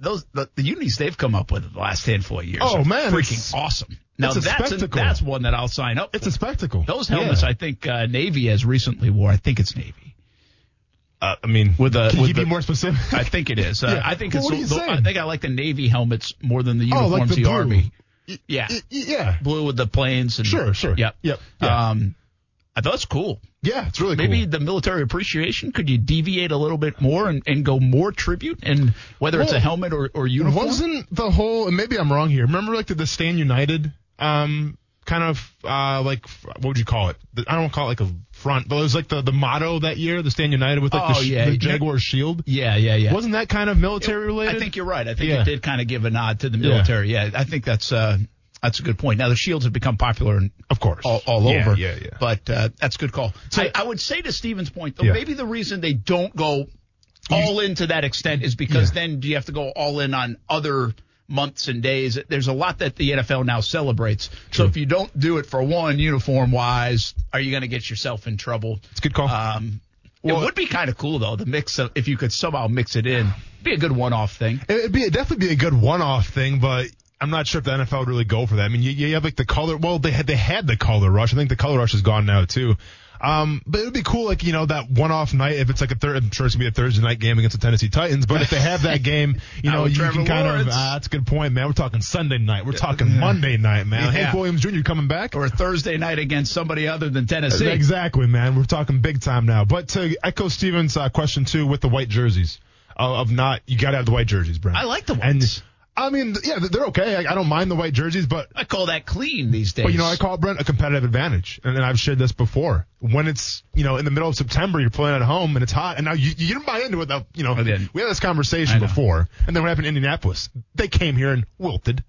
[SPEAKER 1] Those the, the unis they've come up with the last handful of years.
[SPEAKER 2] Oh,
[SPEAKER 1] are
[SPEAKER 2] man,
[SPEAKER 1] freaking
[SPEAKER 2] it's-
[SPEAKER 1] awesome! Now
[SPEAKER 2] it's a
[SPEAKER 1] that's
[SPEAKER 2] spectacle.
[SPEAKER 1] that's one that I'll sign up.
[SPEAKER 2] It's
[SPEAKER 1] for.
[SPEAKER 2] a spectacle.
[SPEAKER 1] Those helmets,
[SPEAKER 2] Yeah.
[SPEAKER 1] I think uh, Navy has recently wore. I think it's Navy.
[SPEAKER 2] Uh, I mean,
[SPEAKER 1] With the-
[SPEAKER 2] can
[SPEAKER 1] with
[SPEAKER 2] you be
[SPEAKER 1] the-
[SPEAKER 2] more specific?
[SPEAKER 1] I think it is. Uh,
[SPEAKER 2] Yeah.
[SPEAKER 1] I think it's.
[SPEAKER 2] Well, what are you
[SPEAKER 1] the- the- I
[SPEAKER 2] saying?
[SPEAKER 1] think I like the navy helmets more than the
[SPEAKER 2] Oh,
[SPEAKER 1] uniforms.
[SPEAKER 2] like the
[SPEAKER 1] the,
[SPEAKER 2] blue.
[SPEAKER 1] army. Yeah,
[SPEAKER 2] Y- y- yeah.
[SPEAKER 1] blue with the planes. And,
[SPEAKER 2] Sure, sure.
[SPEAKER 1] Yep.
[SPEAKER 2] Yep, yeah.
[SPEAKER 1] Um, I thought it's cool.
[SPEAKER 2] Yeah, it's really
[SPEAKER 1] Maybe
[SPEAKER 2] cool.
[SPEAKER 1] the military appreciation. Could you deviate a little bit more and, and go more tribute? And whether it's a
[SPEAKER 2] Well,
[SPEAKER 1] helmet or, or uniform.
[SPEAKER 2] Wasn't the whole? and Maybe I'm wrong here. Remember, like the, the Stand United, um, kind of uh, like what would you call it? The- I don't call it like a front, but it was like the, the motto that year, the Stand United with like
[SPEAKER 1] Oh,
[SPEAKER 2] the, sh-
[SPEAKER 1] yeah.
[SPEAKER 2] the Jaguar shield.
[SPEAKER 1] Yeah, yeah, yeah.
[SPEAKER 2] Wasn't that kind of military related?
[SPEAKER 1] I think you're right. I think
[SPEAKER 2] Yeah.
[SPEAKER 1] it did kind of give a nod to the military. Yeah, I think that's uh, that's a good point. Now the shields have become popular, in,
[SPEAKER 2] Of course.
[SPEAKER 1] all, all
[SPEAKER 2] Yeah,
[SPEAKER 1] over.
[SPEAKER 2] yeah, yeah.
[SPEAKER 1] But uh, that's a good call.
[SPEAKER 2] So-
[SPEAKER 1] I, I would say to Steven's point, though,
[SPEAKER 2] Yeah.
[SPEAKER 1] maybe the reason they don't go all in to that extent is because then you have to go all in on other months and days. There's a lot that the NFL now celebrates. So if you don't do it for one uniform wise, are you going to get yourself in trouble?
[SPEAKER 2] it's a good call.
[SPEAKER 1] Um, it would be kind of cool though, the mix of, if you could somehow mix it in, be a good one-off thing.
[SPEAKER 2] It- It'd be it'd definitely be a good one-off thing, but I'm not sure if the NFL would really go for that. I mean, you, you have like the color. Well, they had they had the color rush. I think the color rush is gone now too. Um, but it would be cool, like you know, that one-off night if it's like a third. I'm sure it's gonna be a Thursday night game against the Tennessee Titans. But if they have that game, you know,
[SPEAKER 1] with
[SPEAKER 2] you
[SPEAKER 1] Trevor
[SPEAKER 2] can kind
[SPEAKER 1] Lawrence.
[SPEAKER 2] of. Uh, that's a good point, man. We're talking Sunday night. We're talking Monday night, man.
[SPEAKER 1] Yeah.
[SPEAKER 2] Hank Williams Jr. coming back.
[SPEAKER 1] Or a Thursday night against somebody other than Tennessee.
[SPEAKER 2] Exactly, man. We're talking big time now. But to echo Stevens' uh, question too, with the white jerseys uh, of not, you got to have the white jerseys, Brent.
[SPEAKER 1] I like the
[SPEAKER 2] And
[SPEAKER 1] whites.
[SPEAKER 2] I mean, th- yeah, they're okay. I, I don't mind the white jerseys, but
[SPEAKER 1] I call that clean these days.
[SPEAKER 2] but you know, I call it Brent a competitive advantage, and, and I've shared this before. When it's you know in the middle of September, you're playing at home and it's hot, and now you, you didn't buy into it. Though, you know,
[SPEAKER 1] I didn't.
[SPEAKER 2] we had this
[SPEAKER 1] I
[SPEAKER 2] conversation
[SPEAKER 1] know.
[SPEAKER 2] before, and then what happened in Indianapolis? They came here and wilted.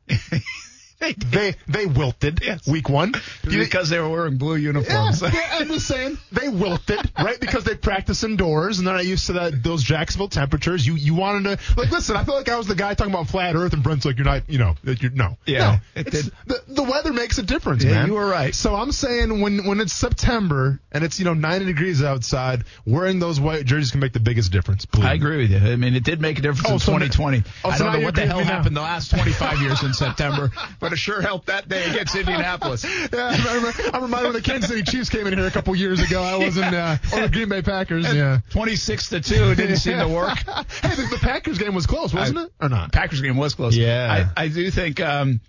[SPEAKER 2] they they wilted
[SPEAKER 1] Yes.
[SPEAKER 2] week one
[SPEAKER 1] because they were wearing blue
[SPEAKER 2] yeah,
[SPEAKER 1] uniforms.
[SPEAKER 2] yeah, I'm just saying they wilted, right? Because they practice indoors and they're not used to that those Jacksonville temperatures. You you wanted to like listen. I feel like I was the guy talking about flat Earth and Brent's like you're not, you know, that you're no.
[SPEAKER 1] Yeah,
[SPEAKER 2] no,
[SPEAKER 1] it
[SPEAKER 2] it's-
[SPEAKER 1] did.
[SPEAKER 2] the the weather makes a difference,
[SPEAKER 1] Yeah,
[SPEAKER 2] man.
[SPEAKER 1] you were right.
[SPEAKER 2] So I'm saying when when it's September and it's you know 90 degrees outside, wearing those white jerseys can make the biggest difference. Believe
[SPEAKER 1] I
[SPEAKER 2] me.
[SPEAKER 1] agree with you. I mean, it did make a difference
[SPEAKER 2] Oh,
[SPEAKER 1] in
[SPEAKER 2] so now-
[SPEAKER 1] 2020.
[SPEAKER 2] oh,
[SPEAKER 1] I don't
[SPEAKER 2] so now
[SPEAKER 1] know
[SPEAKER 2] you
[SPEAKER 1] what the
[SPEAKER 2] agree
[SPEAKER 1] hell
[SPEAKER 2] with me now.
[SPEAKER 1] happened the last 25 years in September, but it sure helped that day against Indianapolis.
[SPEAKER 2] Yeah, I remember, I'm reminded when the Kansas City Chiefs came in here a couple years ago. I was in uh, or the Green Bay Packers. Yeah.
[SPEAKER 1] 26 to 2 didn't seem to work.
[SPEAKER 2] hey, the, the Packers game was close, wasn't
[SPEAKER 1] I-
[SPEAKER 2] it? Or not?
[SPEAKER 1] Packers game was close.
[SPEAKER 2] Yeah.
[SPEAKER 1] I, I do think, um,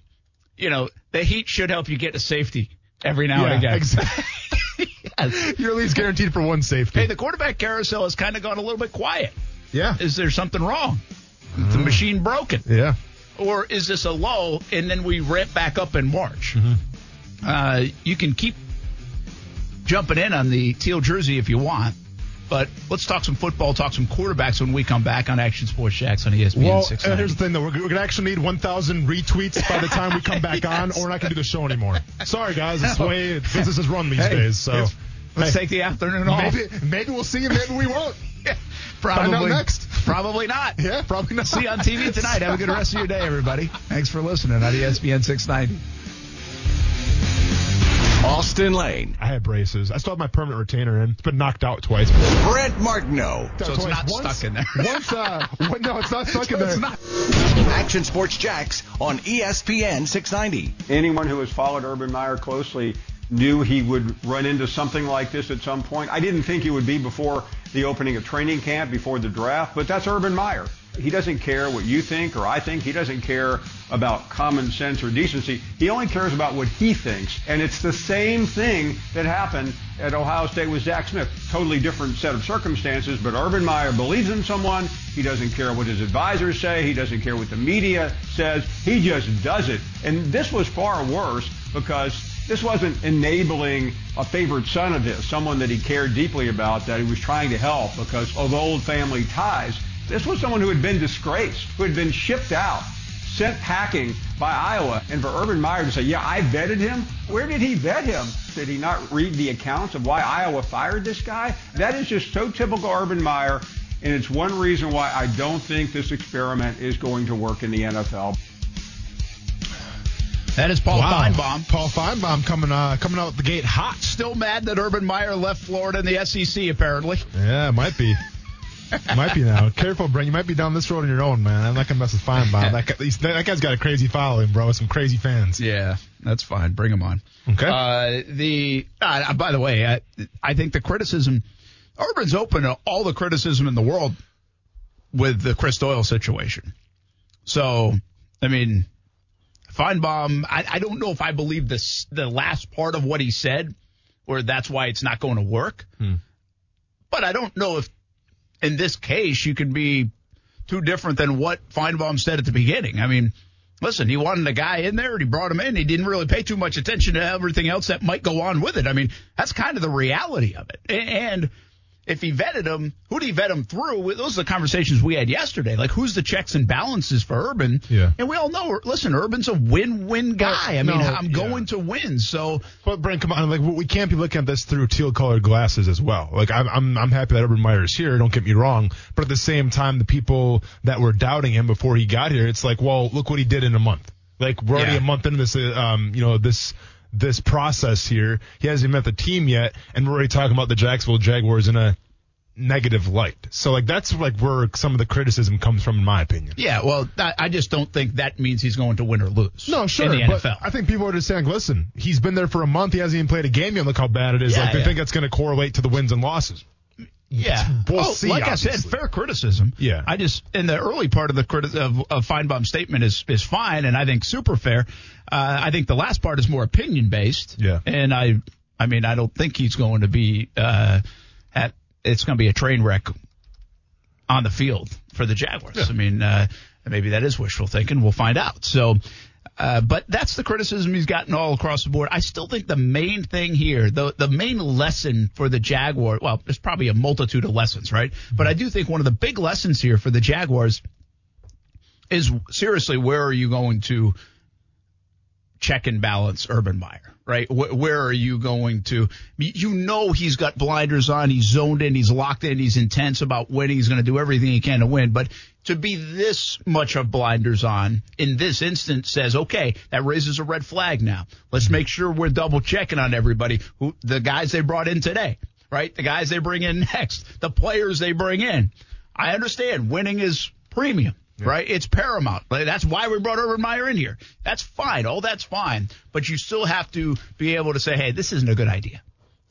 [SPEAKER 1] you know, the heat should help you get to safety every now and again.
[SPEAKER 2] Exactly. You're at least guaranteed for one safety.
[SPEAKER 1] Hey, the quarterback carousel has kind of gone a little bit quiet.
[SPEAKER 2] yeah.
[SPEAKER 1] Is there something wrong? Is The
[SPEAKER 2] Mm.
[SPEAKER 1] machine broken,
[SPEAKER 2] Yeah.
[SPEAKER 1] or is this a low and then we ramp back up in March?
[SPEAKER 2] Mm-hmm.
[SPEAKER 1] Uh, you can keep jumping in on the teal jersey if you want, but let's talk some football, talk some quarterbacks when we come back on Action Sports Shacks on E ESPN.
[SPEAKER 2] Well, uh,
[SPEAKER 1] 690.
[SPEAKER 2] here's the thing, though. We're, we're going to actually need 1,000 retweets by the time we come back on, or we're not going to do the show anymore. Sorry, guys. It's the way business is run these
[SPEAKER 1] Hey,
[SPEAKER 2] days. So
[SPEAKER 1] it's- let's
[SPEAKER 2] Hey,
[SPEAKER 1] take the afternoon off.
[SPEAKER 2] maybe, maybe we'll see you. Maybe we won't.
[SPEAKER 1] probably
[SPEAKER 2] Find out next.
[SPEAKER 1] probably not.
[SPEAKER 2] Yeah, probably not.
[SPEAKER 1] See you on TV tonight. Have a good rest of your day, everybody. Thanks for listening on E ESPN 690.
[SPEAKER 5] Austin Lane,
[SPEAKER 2] I had braces. I still have my permanent retainer in. It's been knocked out twice.
[SPEAKER 5] Brent Martineau.
[SPEAKER 1] So it's not stuck in there.
[SPEAKER 2] Once, uh, one, no, it's not stuck in there.
[SPEAKER 1] It's not.
[SPEAKER 5] Action Sports Jacks on E ESPN 690.
[SPEAKER 6] anyone who has followed Urban Meyer closely knew he would run into something like this at some point. I didn't think it would be before the opening of training camp, before the draft, but that's Urban Meyer. He doesn't care what you think or I think. He doesn't care about common sense or decency. He only cares about what he thinks. And it's the same thing that happened at Ohio State with Zach Smith. Totally different set of circumstances, but Urban Meyer believes in someone. He doesn't care what his advisors say. He doesn't care what the media says. He just does it. And this was far worse because this wasn't enabling a favorite son of his, someone that he cared deeply about, that he was trying to help because of old family ties. This was someone who had been disgraced, who had been shipped out, sent packing by Iowa. And for Urban Meyer to say, yeah, I vetted him, where did he vet him? Did he not read the accounts of why Iowa fired this guy? That is just so typical Urban Meyer. And it's one reason why I don't think this experiment is going to work in the NFL.
[SPEAKER 1] That is Paul
[SPEAKER 2] Wow.
[SPEAKER 1] Feinbaum.
[SPEAKER 2] Paul Feinbaum coming uh, coming out the gate hot.
[SPEAKER 1] Still mad that Urban Meyer left Florida in the SEC, apparently.
[SPEAKER 2] Yeah, might be. might be now. Careful, Brent. You might be down this road on your own, man. I'm not gonna mess with Feinbaum. That guy, he's- that guy's got a crazy following, bro. with Some crazy fans.
[SPEAKER 1] Yeah, that's fine. Bring him on.
[SPEAKER 2] Okay.
[SPEAKER 1] Uh, the uh, by the way, I, I think the criticism Urban's open to all the criticism in the world with the Chris Doyle situation. So, I mean, Feinbaum, I, I don't know if I believe this the last part of what he said, or that's why it's not going to work. But I don't know if in this case you can be too different than what Feinbaum said at the beginning. I mean, listen, he wanted a guy in there and he brought him in. He didn't really pay too much attention to everything else that might go on with it. I mean, that's kind of the reality of it. A- And if he vetted him, who did he vet him through? Those are the conversations we had yesterday. Like, who's the checks and balances for Urban?
[SPEAKER 2] Yeah.
[SPEAKER 1] And we all know, listen, Urban's a win-win guy. I mean,
[SPEAKER 2] No,
[SPEAKER 1] I'm
[SPEAKER 2] yeah.
[SPEAKER 1] going to win. So
[SPEAKER 2] But Brent, come on, like we can't be looking at this through teal-colored glasses as well. Like I'm, I'm, I'm happy that Urban Meyer's here. Don't get me wrong, but at the same time, the people that were doubting him before he got here, it's like, well, look what he did in a month. Like we're already
[SPEAKER 1] Yeah.
[SPEAKER 2] a month into this, uh, um, you know, this this process here. He hasn't met the team yet, and we're already talking about the Jacksonville Jaguars in a negative light. So like that's like where some of the criticism comes from, in my opinion.
[SPEAKER 1] yeah, well, I I just don't think that means he's going to win or lose.
[SPEAKER 2] No, sure.
[SPEAKER 1] In the
[SPEAKER 2] but
[SPEAKER 1] NFL.
[SPEAKER 2] I think people are just saying, listen, he's been there for a month. He hasn't even played a game yet. Look how bad it is.
[SPEAKER 1] Yeah,
[SPEAKER 2] like, they
[SPEAKER 1] yeah.
[SPEAKER 2] think that's going to correlate to the wins and losses.
[SPEAKER 1] Yeah,
[SPEAKER 2] We'll
[SPEAKER 1] oh,
[SPEAKER 2] see,
[SPEAKER 1] Like I said,
[SPEAKER 2] obviously.
[SPEAKER 1] fair criticism.
[SPEAKER 2] Yeah.
[SPEAKER 1] I just in the early part of the criti- of, of Feinbaum's statement is is fine, and I think super fair. Uh, I think the last part is more opinion based.
[SPEAKER 2] Yeah.
[SPEAKER 1] and I I mean I don't think he's going to be uh, at it's going to be a train wreck on the field for the Jaguars. I mean, uh, maybe that is wishful thinking. We'll find out. So, uh, but that's the criticism he's gotten all across the board. I still think the main thing here, the the main lesson for the Jaguar, well, there's probably a multitude of lessons, right? But I do think one of the big lessons here for the Jaguars is seriously, where are you going to check and balance Urban Meyer, right? Wh- where are you going to? You know, he's got blinders on. He's zoned in. He's locked in. He's intense about winning. He's going to do everything he can to win. But to be this much of blinders on in this instance says, okay, that raises a red flag now. Let's make sure we're double checking on everybody who the guys they brought in today, right? The guys they bring in next, the players they bring in. I understand winning is premium, right? It's paramount. Like, That's why we brought Urban Meyer in here. That's fine. All that's fine. But you still have to be able to say, hey, this isn't a good idea.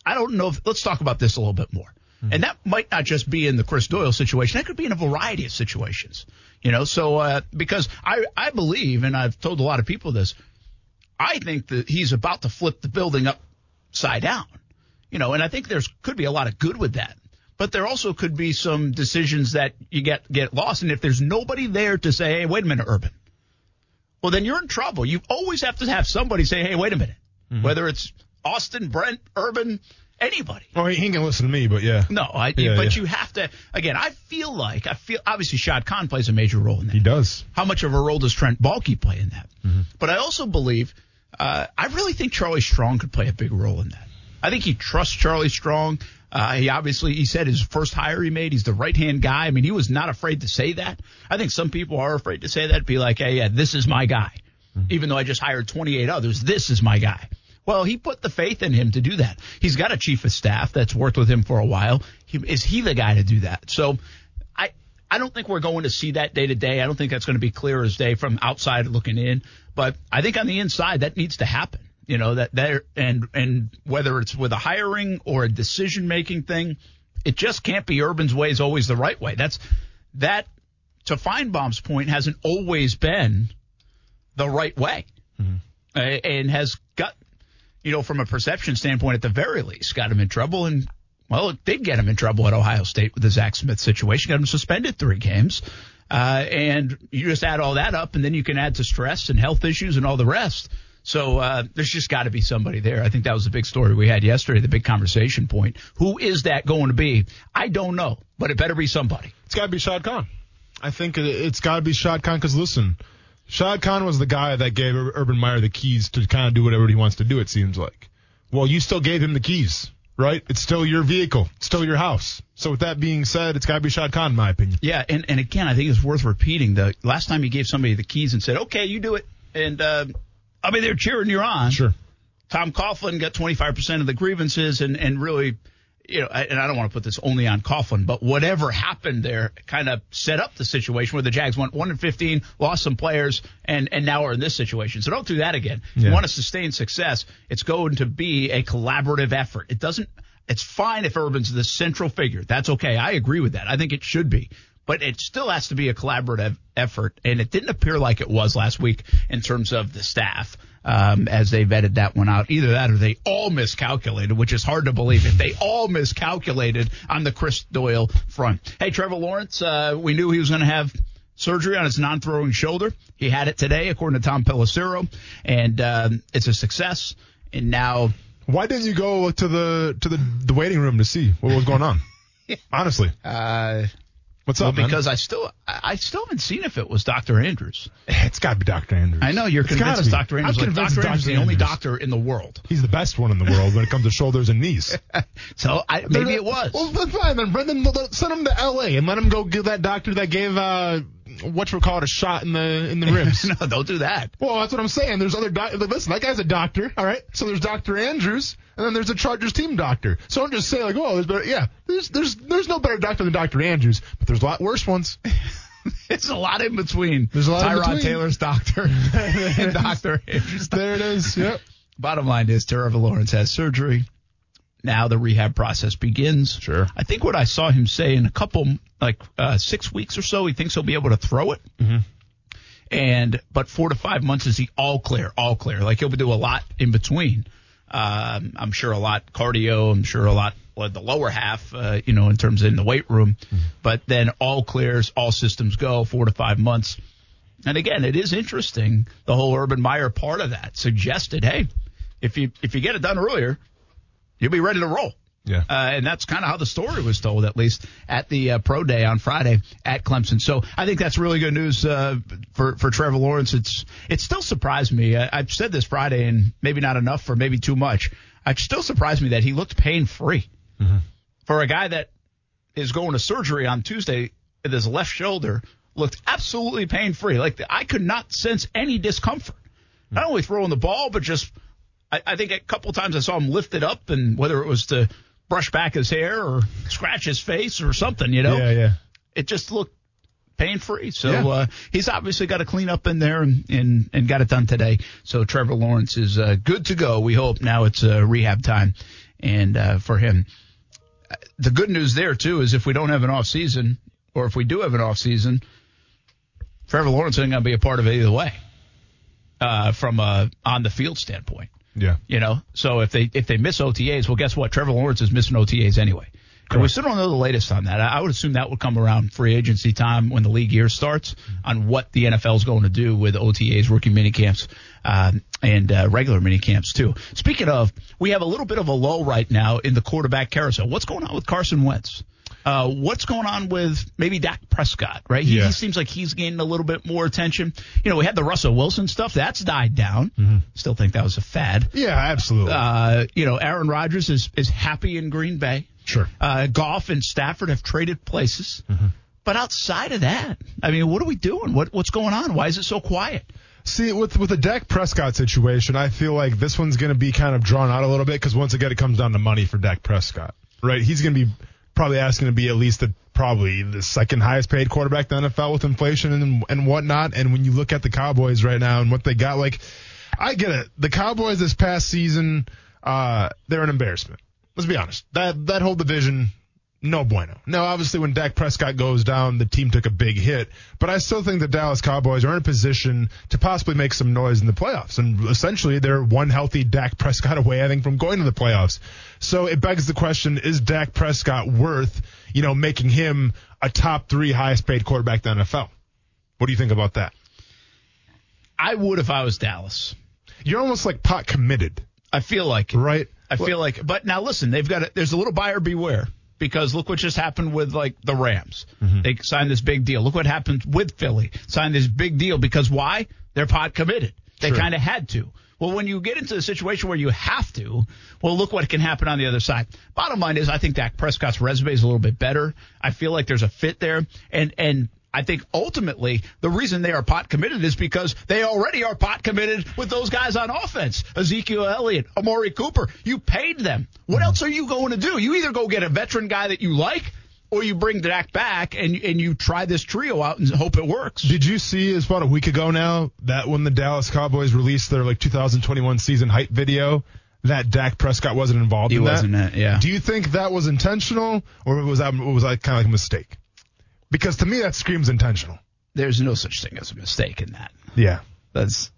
[SPEAKER 1] I don't know if let's talk about this a little bit more. And that might not just be in the Chris Doyle situation. That could be in a variety of situations, you know. So uh, because I I believe, and I've told a lot of people this, I think that he's about to flip the building upside down. You know, and I think there's could be a lot of good with that. But there also could be some decisions that you get get lost. And if there's nobody there to say, hey, wait a minute, Urban, well, then you're in trouble. You always have to have somebody say, hey, wait a minute,
[SPEAKER 2] Mm-hmm.
[SPEAKER 1] whether it's Austin, Brent, Urban, anybody.
[SPEAKER 2] Oh, he ain't going to listen to me, but yeah.
[SPEAKER 1] No, I,
[SPEAKER 2] Yeah,
[SPEAKER 1] but
[SPEAKER 2] yeah.
[SPEAKER 1] you have to, again, I feel like, I feel, obviously, Shad Khan plays a major role in that
[SPEAKER 2] He does.
[SPEAKER 1] how much of a role does Trent Baalke play in that? But I also believe, uh, I really think Charlie Strong could play a big role in that. I think he trusts Charlie Strong. Uh, he obviously, he said his first hire he made, he's the right hand guy. I mean, he was not afraid to say that. I think some people are afraid to say that, be like, hey, yeah, this is my guy. Even though I just hired 28 others, this is my guy. Well, he put the faith in him to do that. He's got a chief of staff that's worked with him for a while. He, is he the guy to do that? So I I don't think we're going to see that day to day. I don't think that's going to be clear as day from outside looking in. But I think on the inside that needs to happen. You know that there and and whether it's with a hiring or a decision making thing, it just can't be Urban's way is always the right way. That's that to Feinbaum's point hasn't always been the right way, A- and has got you know from a perception standpoint at the very least got him in trouble and well, it did get him in trouble at Ohio State with the Zach Smith situation, got him suspended three games. Uh, and you just add all that up, and then you can add to stress and health issues and all the rest. So uh, there's just got to be somebody there. I think that was the big story we had yesterday, the big conversation point. Who is that going to be? I don't know, but it better be somebody.
[SPEAKER 2] It's got to be Shad Khan. I think it- it's got to be Shad Khan because, listen, Shad Khan was the guy that gave Ur- Urban Meyer the keys to kind of do whatever he wants to do, it seems like. Well, you still gave him the keys, right? It's still your vehicle, it's still your house. So with that being said, it's got to be Shad Khan, in my opinion.
[SPEAKER 1] Yeah, and, and again, I think it's worth repeating. The last time he gave somebody the keys and said, "Okay, you do it," and uh, I'll be there cheering you on.
[SPEAKER 2] Sure.
[SPEAKER 1] Tom Coughlin got 25% of the grievances and, and really, you know, I- and I don't want to put this only on Coughlin, but whatever happened there kind of set up the situation where the Jags went 1 and 15, lost some players, and, and now are in this situation. So don't do that again. If you
[SPEAKER 2] Yeah.
[SPEAKER 1] want to sustain success, it's going to be a collaborative effort. It doesn't, It's fine if Urban's the central figure. That's okay. I agree with that. I think it should be. But it still has to be a collaborative effort, and it didn't appear like it was last week in terms of the staff um, as they vetted that one out. Either that or they all miscalculated, which is hard to believe. If they all miscalculated on the Chris Doyle front. Hey, Trevor Lawrence, uh, we knew he was going to have surgery on his non-throwing shoulder. He had it today, according to Tom Pelissero, and um, it's a success. And now
[SPEAKER 2] Why didn't you go to the to the, the waiting room to see what was going on? Honestly,
[SPEAKER 1] uh,
[SPEAKER 2] what's
[SPEAKER 1] well,
[SPEAKER 2] up? man?
[SPEAKER 1] because I still I I still haven't seen if it was Dr. Andrews.
[SPEAKER 2] it's got to be Dr. Andrews.
[SPEAKER 1] I know you're
[SPEAKER 2] It's
[SPEAKER 1] convinced
[SPEAKER 2] gotta
[SPEAKER 1] it's Dr.
[SPEAKER 2] be.
[SPEAKER 1] Andrews.
[SPEAKER 2] I'm
[SPEAKER 1] Like,
[SPEAKER 2] convinced
[SPEAKER 1] Dr. Andrews is
[SPEAKER 2] it's
[SPEAKER 1] the only doctor in the world.
[SPEAKER 2] He's the best one in the world when it comes to shoulders and knees.
[SPEAKER 1] So I, maybe it was.
[SPEAKER 2] Well, then fine. Then Brendan, send him to L.A. and let him go give that doctor that gave uh, what you call it a shot in the in the ribs.
[SPEAKER 1] no, don't do that.
[SPEAKER 2] Well, that's what I'm saying. There's other doc- like, listen, that guy's a doctor, all right. So there's Doctor Andrews, and then there's a Chargers team doctor. So I'm just saying, like, oh, there's better. Yeah, there's there's there's no better doctor than Doctor Andrews, but there's a lot worse ones.
[SPEAKER 1] It's a lot in between.
[SPEAKER 2] There's a lot in
[SPEAKER 1] Tyrod
[SPEAKER 2] between.
[SPEAKER 1] Taylor's doctor and Dr. Andrews.
[SPEAKER 2] there it is. Yep.
[SPEAKER 1] Bottom line is Trevor Lawrence has surgery. Now the rehab process begins.
[SPEAKER 2] Sure.
[SPEAKER 1] I think what I saw him say in a couple, like uh, six weeks or so, he thinks he'll be able to throw it. Mm-hmm. And but four to five months is he all clear, all clear. Like he'll do a lot in between. Um, I'm sure a lot cardio. I'm sure a lot well, the lower half, uh, you know, in terms of in the weight room. But then all clears, all systems go. Four to five months. And again, it is interesting the whole Urban Meyer part of that suggested, hey, if you if you get it done earlier, you'll be ready to roll.
[SPEAKER 2] Yeah.
[SPEAKER 1] Uh, and that's kind of how the story was told, at least at the uh, pro day on Friday at Clemson. So I think that's really good news uh, for for Trevor Lawrence. It's it still surprised me. I, I've said this Friday, and maybe not enough, or maybe too much. It still surprised me that he looked pain free for a guy that is going to surgery on Tuesday with his left shoulder looked absolutely pain free. Like I could not sense any discomfort. Not only throwing the ball, but just I, I think a couple times I saw him lift it up, and whether it was to brush back his hair or scratch his face or something, you know,
[SPEAKER 2] Yeah, yeah.
[SPEAKER 1] it just looked pain free. So
[SPEAKER 2] Yeah.
[SPEAKER 1] uh, he's obviously got a clean up in there and, and, and got it done today. So Trevor Lawrence is uh, good to go. We hope now it's uh, rehab time and uh, for him. Uh, The good news there too is if we don't have an off season or if we do have an off season, Trevor Lawrence ain't gonna be a part of it either way. Uh, from a on the field standpoint.
[SPEAKER 2] Yeah.
[SPEAKER 1] You know, so if they if they miss OTAs, well, guess what? Trevor Lawrence is missing OTAs anyway. And we still don't know the latest on that. I I would assume that would come around free agency time when the league year starts on what the NFL is going to do with OTAs, rookie minicamps, um, and uh, regular minicamps too. Speaking of, we have a little bit of a lull right now in the quarterback carousel. What's going on with Carson Wentz? Uh, what's going on with maybe Dak Prescott? Right, he,
[SPEAKER 2] Yeah.
[SPEAKER 1] he seems like he's gaining a little bit more attention. You know, we had the Russell Wilson stuff that's died down. Still think that was a fad
[SPEAKER 2] Yeah. Absolutely.
[SPEAKER 1] uh, you know, Aaron Rodgers is, is happy in Green Bay.
[SPEAKER 2] Sure.
[SPEAKER 1] Uh, Goff and Stafford have traded places. But outside of that, I mean, what are we doing? What what's going on? Why is it so quiet?
[SPEAKER 2] See, with with the Dak Prescott situation, I feel like this one's going to be kind of drawn out a little bit because once again, it comes down to money for Dak Prescott, right? He's going to be probably asking to be at least the probably the second highest paid quarterback in the NFL with inflation and and whatnot. And when you look at the Cowboys right now and what they got, like, I get it. The Cowboys this past season, uh, they're an embarrassment. Let's be honest. That that whole division no bueno. Now, obviously, when Dak Prescott goes down, the team took a big hit, but I still think the Dallas Cowboys are in a position to possibly make some noise in the playoffs. And essentially, they're one healthy Dak Prescott away, I think, from going to the playoffs. So it begs the question: Is Dak Prescott worth, you know, making him a top three highest paid quarterback in the NFL? What do you think about that?
[SPEAKER 1] I would if I was Dallas.
[SPEAKER 2] You're almost like pot committed,
[SPEAKER 1] I feel like it.
[SPEAKER 2] right?
[SPEAKER 1] I feel like, but now listen, they've got a, there's a little buyer beware because look what just happened with like the Rams. They signed this big deal. Look what happened with Philly. Signed this big deal because why? They're pot committed. They kind of had to. Well, when you get into the situation where you have to, well, look what can happen on the other side. Bottom line is, I think Dak Prescott's resume is a little bit better. I feel like there's a fit there, and and I think ultimately the reason they are pot committed is because they already are pot committed with those guys on offense. Ezekiel Elliott, Amari Cooper. You paid them. What else are you going to do? You either go get a veteran guy that you like, or you bring Dak back and and you try this trio out and hope it works.
[SPEAKER 2] Did you see it's about a week ago now that when the Dallas Cowboys released their like 2021 season hype video that Dak Prescott wasn't involved
[SPEAKER 1] He
[SPEAKER 2] in
[SPEAKER 1] wasn't
[SPEAKER 2] that.
[SPEAKER 1] in it, yeah.
[SPEAKER 2] Do you think that was intentional or was that was that kind of like a mistake? Because to me that screams intentional.
[SPEAKER 1] There's no such thing as a mistake in that.
[SPEAKER 2] Yeah.
[SPEAKER 1] That's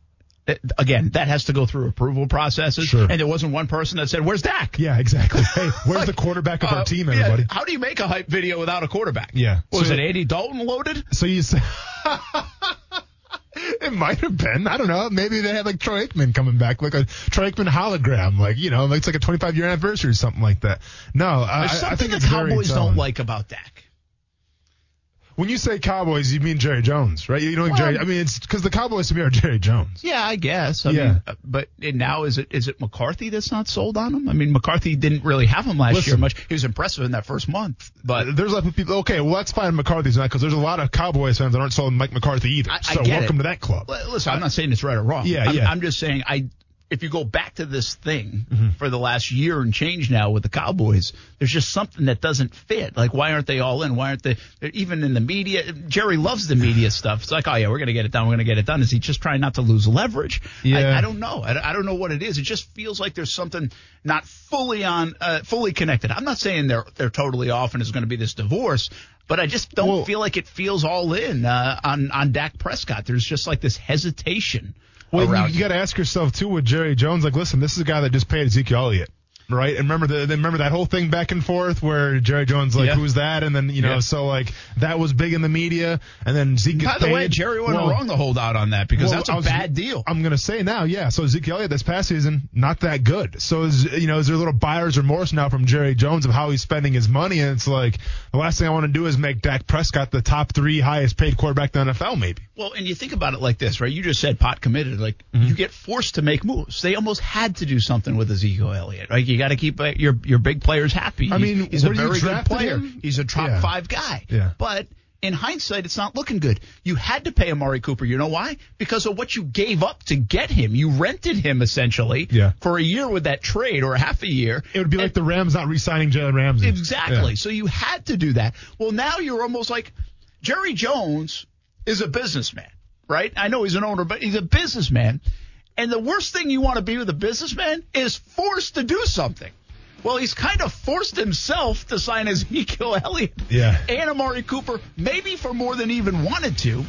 [SPEAKER 1] it, again, that has to go through approval processes.
[SPEAKER 2] Sure.
[SPEAKER 1] And there wasn't one person that said, "Where's Dak?"
[SPEAKER 2] Yeah, exactly. Hey, where's
[SPEAKER 1] Like,
[SPEAKER 2] the quarterback of
[SPEAKER 1] uh,
[SPEAKER 2] our team,
[SPEAKER 1] yeah,
[SPEAKER 2] everybody?
[SPEAKER 1] how do you make a hype video without a quarterback?
[SPEAKER 2] Yeah.
[SPEAKER 1] Was
[SPEAKER 2] So-
[SPEAKER 1] it Andy Dalton loaded?
[SPEAKER 2] So you say it might have been. I don't know. Maybe they had like Troy Aikman coming back, like a Troy Aikman hologram, like you know, like it's like a 25 year anniversary or something like that. No, I,
[SPEAKER 1] There's
[SPEAKER 2] I- I
[SPEAKER 1] something
[SPEAKER 2] think
[SPEAKER 1] the
[SPEAKER 2] it's very
[SPEAKER 1] Cowboys don't
[SPEAKER 2] telling.
[SPEAKER 1] like about Dak.
[SPEAKER 2] When you say Cowboys, you mean Jerry Jones, right? You don't like Jerry. I mean, it's because the Cowboys to me are Jerry Jones.
[SPEAKER 1] Yeah, I guess. I
[SPEAKER 2] Yeah.
[SPEAKER 1] mean, uh, but it- now is it is it McCarthy that's not sold on him? I mean, McCarthy didn't really have him last year
[SPEAKER 2] Listen.
[SPEAKER 1] much. He was impressive in that first month, but
[SPEAKER 2] Uh, There's a lot of people. Okay, well that's fine. McCarthy's not because there's a lot of Cowboys fans that aren't sold on Mike McCarthy either.
[SPEAKER 1] I- I
[SPEAKER 2] so
[SPEAKER 1] get
[SPEAKER 2] welcome
[SPEAKER 1] it.
[SPEAKER 2] to that club.
[SPEAKER 1] Well, Listen, I'm not saying it's right or wrong.
[SPEAKER 2] Yeah,
[SPEAKER 1] I'm,
[SPEAKER 2] yeah.
[SPEAKER 1] I'm just saying I. If you go back to this thing
[SPEAKER 2] Mm-hmm.
[SPEAKER 1] for the last year and change now with the Cowboys, there's just something that doesn't fit. Like, why aren't they all in? Why aren't they they're even in the media? Jerry loves the media stuff. It's like, oh yeah, we're gonna get it done. We're gonna get it done. Is he just trying not to lose leverage?
[SPEAKER 2] Yeah.
[SPEAKER 1] I, I don't know. I, I don't know what it is. It just feels like there's something not fully on, uh, fully connected. I'm not saying they're they're totally off and it's going to be this divorce, but I just don't
[SPEAKER 2] Well-
[SPEAKER 1] feel like it feels all in uh, on on Dak Prescott. There's just like this hesitation
[SPEAKER 2] Well, you-
[SPEAKER 1] around.
[SPEAKER 2] you, got to ask yourself too with Jerry Jones. Like, listen, this is a guy that just paid Ezekiel Elliott, right? And remember the, remember that whole thing back and forth where Jerry Jones like,
[SPEAKER 1] Yeah.
[SPEAKER 2] who's that? And then you know,
[SPEAKER 1] Yeah.
[SPEAKER 2] so like that was big in the media, and then Zeke.
[SPEAKER 1] By
[SPEAKER 2] gets
[SPEAKER 1] the
[SPEAKER 2] paid.
[SPEAKER 1] way, Jerry wasn't
[SPEAKER 2] Well,
[SPEAKER 1] wrong to hold out on that because
[SPEAKER 2] well,
[SPEAKER 1] that's
[SPEAKER 2] I
[SPEAKER 1] a
[SPEAKER 2] was-
[SPEAKER 1] bad deal.
[SPEAKER 2] I'm gonna say now, yeah. So Ezekiel Elliott this past season, not that good. So is you know, is there a little buyer's remorse now from Jerry Jones of how he's spending his money? And it's like the last thing I want to do is make Dak Prescott the top three highest paid quarterback in the NFL, maybe.
[SPEAKER 1] Well, and you think about it like this, right? You just said pot committed. Like you get forced to make moves. They almost had to do something with Ezekiel Elliott. Right? You got to keep uh, your your big players happy.
[SPEAKER 2] I mean,
[SPEAKER 1] he's a
[SPEAKER 2] where you
[SPEAKER 1] very good
[SPEAKER 2] drafted
[SPEAKER 1] player.
[SPEAKER 2] him-
[SPEAKER 1] He's a top
[SPEAKER 2] Yeah.
[SPEAKER 1] five guy.
[SPEAKER 2] Yeah.
[SPEAKER 1] But in hindsight, it's not looking good. You had to pay Amari Cooper. You know why? Because of what you gave up to get him. You rented him essentially
[SPEAKER 2] Yeah.
[SPEAKER 1] for a year with that trade or a half a year.
[SPEAKER 2] It would be like the Rams not re-signing Jalen Ramsey.
[SPEAKER 1] Exactly.
[SPEAKER 2] Yeah.
[SPEAKER 1] So you had to do that. Well, now you're almost like Jerry Jones is a businessman, right? I know he's an owner, but he's a businessman. And the worst thing you want to be with a businessman is forced to do something. Well, he's kind of forced himself to sign Ezekiel Elliott
[SPEAKER 2] Yeah.
[SPEAKER 1] and Amari Cooper, maybe for more than he even wanted to.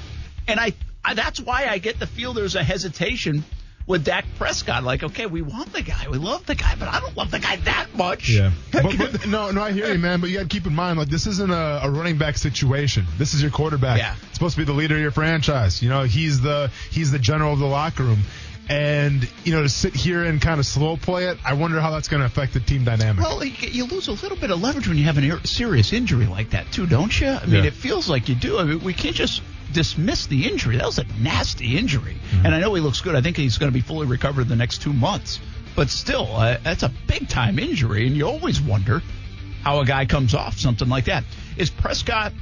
[SPEAKER 1] And I, I that's why I get the feel there's a hesitation with Dak Prescott. Like, okay, we want the guy, we love the guy, but I don't love the guy that much.
[SPEAKER 2] but, but- no, no, I hear you, man. But you got to keep in mind, like this isn't a, a running back situation. This is your quarterback.
[SPEAKER 1] Yeah.
[SPEAKER 2] It's supposed to be the leader of your franchise. You know, he's the he's the general of the locker room. And you know, to sit here and kind of slow play it, I wonder how that's going to affect the team dynamic.
[SPEAKER 1] Well, you you lose a little bit of leverage when you have a ir- serious injury like that, too, don't you? I mean,
[SPEAKER 2] Yeah.
[SPEAKER 1] it feels like you do. I mean, we can't just dismiss the injury. That was a nasty injury,
[SPEAKER 2] Mm-hmm.
[SPEAKER 1] and I know he looks good. I think he's going to be fully recovered in the next two months. But still, uh, that's a big time injury, and you always wonder how a guy comes off something like that. Is Prescott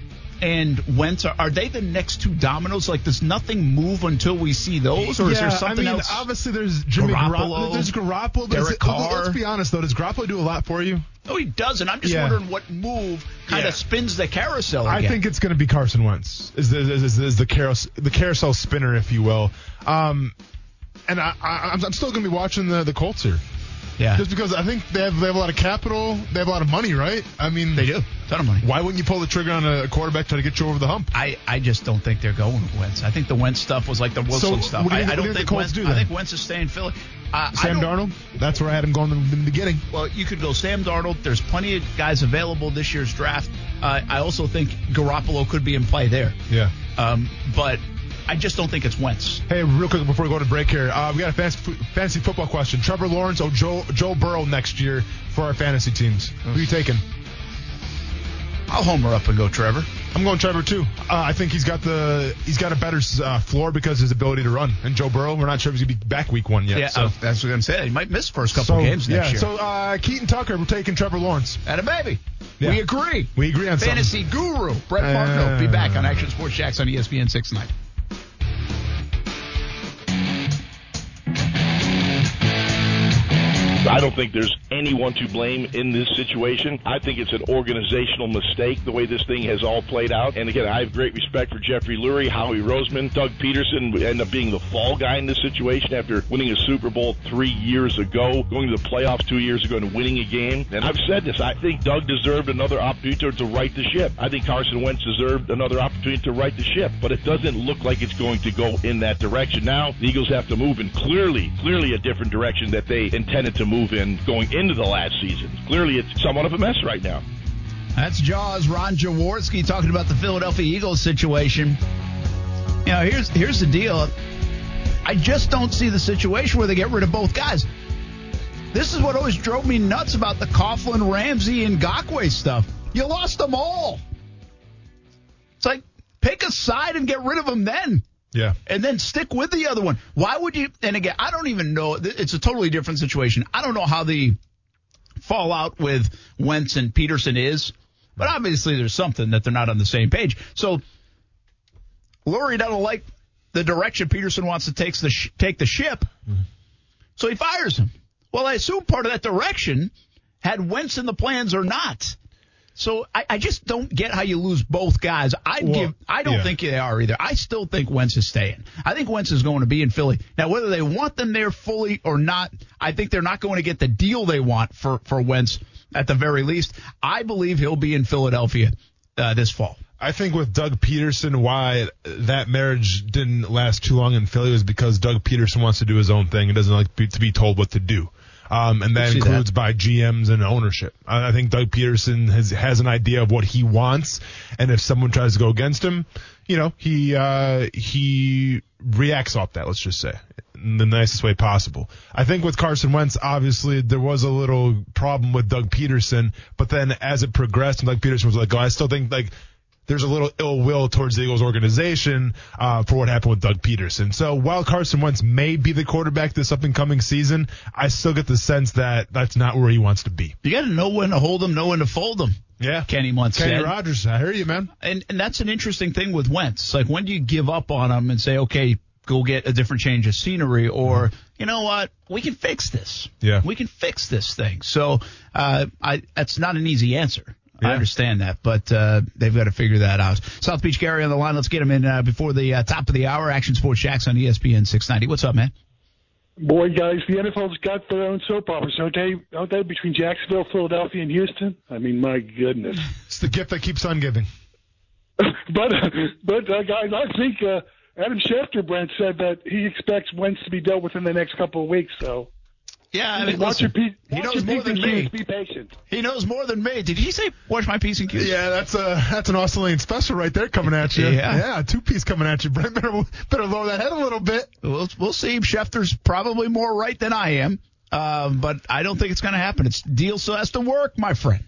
[SPEAKER 1] and Wentz are, are they the next two dominoes? Like, does nothing move until we see those, or is there something
[SPEAKER 2] I mean,
[SPEAKER 1] else?
[SPEAKER 2] obviously there's Jimmy Garoppolo,
[SPEAKER 1] Garoppolo,
[SPEAKER 2] there's Garoppolo. but
[SPEAKER 1] Derek
[SPEAKER 2] is it- let-
[SPEAKER 1] Carr.
[SPEAKER 2] Let's be honest though, does Garoppolo do a lot for you?
[SPEAKER 1] No, he doesn't. I'm just
[SPEAKER 2] Yeah.
[SPEAKER 1] wondering what move kind
[SPEAKER 2] Yeah.
[SPEAKER 1] of spins the carousel.
[SPEAKER 2] I
[SPEAKER 1] again.
[SPEAKER 2] think it's going to be Carson Wentz is the, is, is- is the carousel the carousel spinner, if you will. Um, and I, I, I'm I'm still going to be watching the the Colts here,
[SPEAKER 1] yeah.
[SPEAKER 2] just because I think they have they have a lot of capital, they have a lot of money, right? I mean,
[SPEAKER 1] They do. Ton of money.
[SPEAKER 2] Why wouldn't you pull the trigger on a quarterback to get you over the hump?
[SPEAKER 1] I, I just don't think they're going with Wentz. I think the Wentz stuff was like the Wilson
[SPEAKER 2] So,
[SPEAKER 1] stuff.
[SPEAKER 2] what do you
[SPEAKER 1] I, I
[SPEAKER 2] think- what do you
[SPEAKER 1] don't
[SPEAKER 2] think
[SPEAKER 1] think
[SPEAKER 2] the Colts
[SPEAKER 1] Wentz.
[SPEAKER 2] do
[SPEAKER 1] I
[SPEAKER 2] then?
[SPEAKER 1] think Wentz is staying Philly. Uh,
[SPEAKER 2] Sam
[SPEAKER 1] I don't-
[SPEAKER 2] Darnold. That's where I had him going in the beginning.
[SPEAKER 1] Well, you could go Sam Darnold. There's plenty of guys available this year's draft. Uh, I also think Garoppolo could be in play there.
[SPEAKER 2] Yeah.
[SPEAKER 1] Um, but I just don't think it's Wentz.
[SPEAKER 2] Hey, real quick before we go to break here, uh, we got a fantasy, fantasy football question. Trevor Lawrence or Joe, Joe Burrow next year for our fantasy teams? Who you taking?
[SPEAKER 1] I'll homer up and go Trevor.
[SPEAKER 2] I'm going Trevor too. Uh, I think he's got the he's got a better uh, floor because of his ability to run. And Joe Burrow, we're not sure if he's gonna be back week one yet.
[SPEAKER 1] Yeah,
[SPEAKER 2] so.
[SPEAKER 1] uh, that's what I'm saying. He might miss first couple
[SPEAKER 2] So,
[SPEAKER 1] games next
[SPEAKER 2] yeah,
[SPEAKER 1] year.
[SPEAKER 2] So uh, Keaton Tucker, we're taking Trevor Lawrence.
[SPEAKER 1] and a baby.
[SPEAKER 2] Yeah.
[SPEAKER 1] We agree.
[SPEAKER 2] We agree on something.
[SPEAKER 1] Fantasy guru Brett Martineau. Be back on Action Sports Jacks on E ESPN 690.
[SPEAKER 7] I don't think there's anyone to blame in this situation. I think it's an organizational mistake the way this thing has all played out. And again, I have great respect for Jeffrey Lurie, Howie Roseman, Doug Peterson end up being the fall guy in this situation after winning a Super Bowl three years ago, going to the playoffs two years ago, and winning a game. And I've said this. I think Doug deserved another opportunity to right the ship. I think Carson Wentz deserved another opportunity to right the ship, but it doesn't look like it's going to go in that direction. Now, the Eagles have to move in clearly, clearly a different direction that they intended to move in going into the last season. Clearly, it's somewhat of a mess right now.
[SPEAKER 1] That's Jaws, Ron Jaworski talking about the Philadelphia Eagles situation. You know, here's here's the deal. I just don't see the situation where they get rid of both guys. This is what always drove me nuts about the Coughlin, Ramsey, and Gakwe stuff. You lost them all. It's like pick a side and get rid of them then
[SPEAKER 2] Yeah.
[SPEAKER 1] and then stick with the other one. Why would you? And again, I don't even know. th- It's a totally different situation. I don't know how the fallout with Wentz and Peterson is, but obviously there's something that they're not on the same page. So Lurie doesn't like the direction Peterson wants to take the sh- take the ship,
[SPEAKER 2] Mm-hmm.
[SPEAKER 1] so he fires him. Well, I assume part of that direction had Wentz in the plans or not. So I, I just don't get how you lose both guys. I
[SPEAKER 2] Well,
[SPEAKER 1] give. I don't
[SPEAKER 2] yeah.
[SPEAKER 1] think they are either. I still think Wentz is staying. I think Wentz is going to be in Philly. Now, whether they want them there fully or not, I think they're not going to get the deal they want for, for Wentz at the very least. I believe he'll be in Philadelphia uh, this fall.
[SPEAKER 2] I think with Doug Peterson, why that marriage didn't last too long in Philly was because Doug Peterson wants to do his own thing and doesn't like be, to be told what to do. Um, and that
[SPEAKER 1] see that.
[SPEAKER 2] includes by GMs and ownership. I, I think Doug Peterson has, has an idea of what he wants, and if someone tries to go against him, you know, he uh, he reacts off that. Let's just say in the nicest way possible. I think with Carson Wentz, obviously there was a little problem with Doug Peterson, but then as it progressed, and Doug Peterson was like, "Oh, I still think like." there's a little ill will towards the Eagles organization uh, for what happened with Doug Peterson. So while Carson Wentz may be the quarterback this up and coming season, I still get the sense that that's not where he wants to be.
[SPEAKER 1] You got to know when to hold them, know when to fold them.
[SPEAKER 2] Yeah.
[SPEAKER 1] Kenny once
[SPEAKER 2] Kenny
[SPEAKER 1] said.
[SPEAKER 2] Rogers, I hear you, man.
[SPEAKER 1] and and that's an interesting thing with Wentz. It's Like when do you give up on him and say, okay, go get a different change of scenery, or you know what, we can fix this.
[SPEAKER 2] Mm-hmm. Yeah.
[SPEAKER 1] we can fix this thing. So uh, I that's not an easy answer. I
[SPEAKER 2] Yeah.
[SPEAKER 1] understand that, but uh, they've got to figure that out. South Beach Gary on the line. Let's get him in uh, before the uh, top of the hour. Action Sports Jacks on E ESPN 690. What's up, man?
[SPEAKER 8] Boy, guys, the NFL's got their own soap operas, don't they? Don't they? Between Jacksonville, Philadelphia, and Houston. I mean, my goodness.
[SPEAKER 2] It's the gift that keeps on giving.
[SPEAKER 8] but, but uh, guys, I think uh, Adam Schefter, Brent said that he expects Wentz to be dealt with in the next couple of weeks. So,
[SPEAKER 1] Yeah, I
[SPEAKER 8] watch your piece.
[SPEAKER 1] he
[SPEAKER 8] watch
[SPEAKER 1] knows
[SPEAKER 8] your
[SPEAKER 1] more
[SPEAKER 8] P's and
[SPEAKER 1] than
[SPEAKER 8] Q's.
[SPEAKER 1] me.
[SPEAKER 8] Be patient.
[SPEAKER 1] He knows more than me. Did he say watch my piece and Q's?
[SPEAKER 2] Yeah, that's a that's an Australian special right there coming at you.
[SPEAKER 1] Yeah.
[SPEAKER 2] two piece coming at you. Brent better better lower that head a little bit.
[SPEAKER 1] We'll, we'll see. Schefter's probably more right than I am, um, but I don't think it's going to happen. It's deal still has to work, my friend.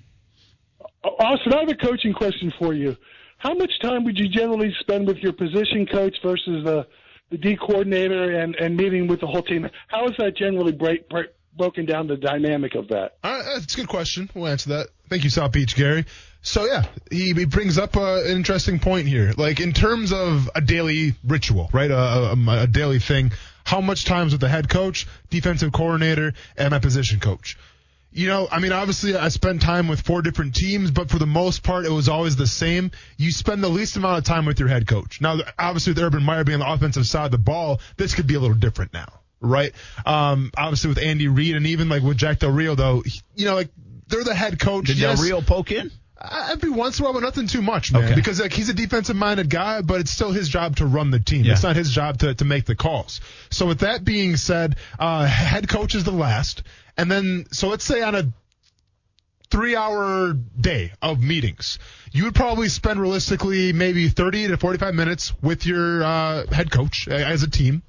[SPEAKER 8] Uh, Austin, I have a coaching question for you. How much time would you generally spend with your position coach versus the the D coordinator and and meeting with the whole team? How is that generally break, break, broken down? The dynamic of that.
[SPEAKER 2] All right, that's a good question. We'll answer that. Thank you, South Beach Gary. So yeah, he, he brings up uh, an interesting point here. Like in terms of a daily ritual, right? A, a- a, a daily thing. How much times with the head coach, defensive coordinator, and my position coach? You know, I mean, obviously, I spent time with four different teams, but for the most part, it was always the same. You spend the least amount of time with your head coach. Now, obviously, with Urban Meyer being on the offensive side of the ball, this could be a little different now, right? Um, obviously, with Andy Reid and even like with Jack Del Rio, though, he- you know, like they're the head coach.
[SPEAKER 1] Did
[SPEAKER 2] yes,
[SPEAKER 1] Del Rio poke in?
[SPEAKER 2] I- every once in a while, but nothing too much, man.
[SPEAKER 1] Okay.
[SPEAKER 2] Because like he's a defensive minded guy, but it's still his job to run the team.
[SPEAKER 1] Yeah.
[SPEAKER 2] It's not his job to, to make the calls. So with that being said, uh, head coach is the last, and then so let's say on a three hour day of meetings, you would probably spend realistically maybe 30 to 45 minutes with your uh, head coach uh, as a team.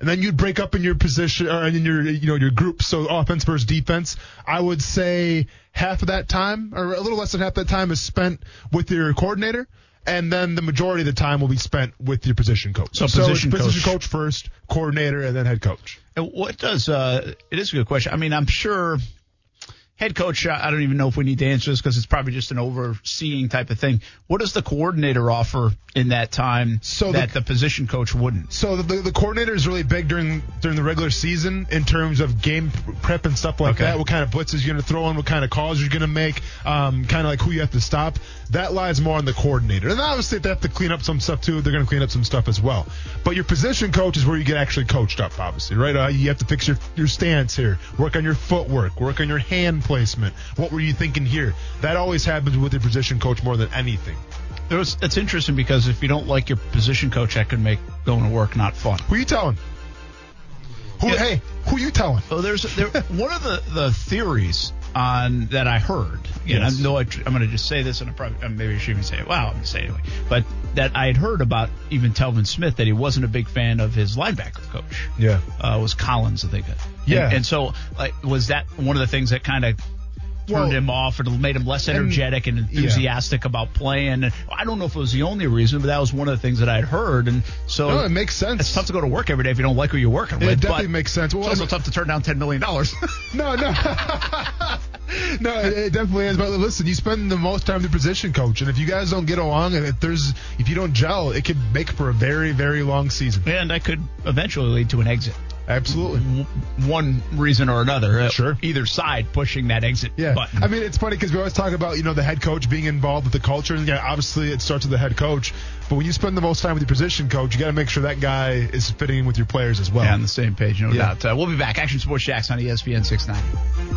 [SPEAKER 2] And then you'd break up in your position or in your you know your group, so offense versus defense. I would say half of that time, or a little less than half that time, is spent with your coordinator, and then the majority of the time will be spent with your position coach.
[SPEAKER 1] So
[SPEAKER 2] it's
[SPEAKER 1] position coach.
[SPEAKER 2] coach first, coordinator, and then head coach.
[SPEAKER 1] uh, And What does uh, it is a good question. I mean, I'm sure Head coach, I I don't even know if we need to answer this because it's probably just an overseeing type of thing. What does the coordinator offer in that time
[SPEAKER 2] So the-
[SPEAKER 1] that the position coach wouldn't?
[SPEAKER 2] So the, the, the coordinator is really big during during the regular season in terms of game prep and stuff like
[SPEAKER 1] Okay.
[SPEAKER 2] that. What kind of blitzes you're going to throw in, what kind of calls you're going to make, um, kind of like who you have to stop. That lies more on the coordinator. And obviously, if they have to clean up some stuff too, they're going to clean up some stuff as well. But your position coach is where you get actually coached up, obviously, right? Uh, you have to fix your, your stance here, work on your footwork, work on your hand placement. What were you thinking here? That always happens with your position coach more than anything.
[SPEAKER 1] There was, it's interesting because if you don't like your position coach, that could make going to work not fun.
[SPEAKER 2] Who you telling? Who,
[SPEAKER 1] Yeah.
[SPEAKER 2] Hey, who you telling?
[SPEAKER 1] Well, there's there, one of the, the theories on that I heard. And
[SPEAKER 2] Yes.
[SPEAKER 1] I know I, am going to just say this, and I probably uh, maybe I should even say it. Wow, I'm going to say it anyway. But that I had heard about even Telvin Smith that he wasn't a big fan of his linebacker coach.
[SPEAKER 2] Yeah.
[SPEAKER 1] uh, was Collins, I think. And-
[SPEAKER 2] Yeah.
[SPEAKER 1] and so like was that one of the things that kind of turned
[SPEAKER 2] Well,
[SPEAKER 1] him off and made him less energetic and, enthusiastic about playing? And I don't know if it was the only reason, but that was one of the things that I had heard. And so
[SPEAKER 2] No, it makes sense.
[SPEAKER 1] It's tough to go to work every day if you don't like who you're working with.
[SPEAKER 2] It definitely
[SPEAKER 1] but
[SPEAKER 2] makes sense. Well,
[SPEAKER 1] it's also
[SPEAKER 2] I mean-
[SPEAKER 1] tough to turn down ten million dollars.
[SPEAKER 2] No, no. no, it, it definitely is. But listen, you spend the most time with the position coach, and if you guys don't get along, and if there's if you don't gel, it could make for a very, very long season.
[SPEAKER 1] and that could eventually lead to an exit.
[SPEAKER 2] Absolutely.
[SPEAKER 1] One reason or another. uh,
[SPEAKER 2] Sure.
[SPEAKER 1] Either side pushing that exit
[SPEAKER 2] Yeah,
[SPEAKER 1] button.
[SPEAKER 2] I mean it's funny because we always talk about you know the head coach being involved with the culture, and yeah, obviously it starts with the head coach. But when you spend the most time with your position coach, you got to make sure that guy is fitting in with your players as well.
[SPEAKER 1] yeah, on the same page, no
[SPEAKER 2] Yeah.
[SPEAKER 1] doubt. Uh, we'll be back. Action Sports Jacks on E ESPN 690.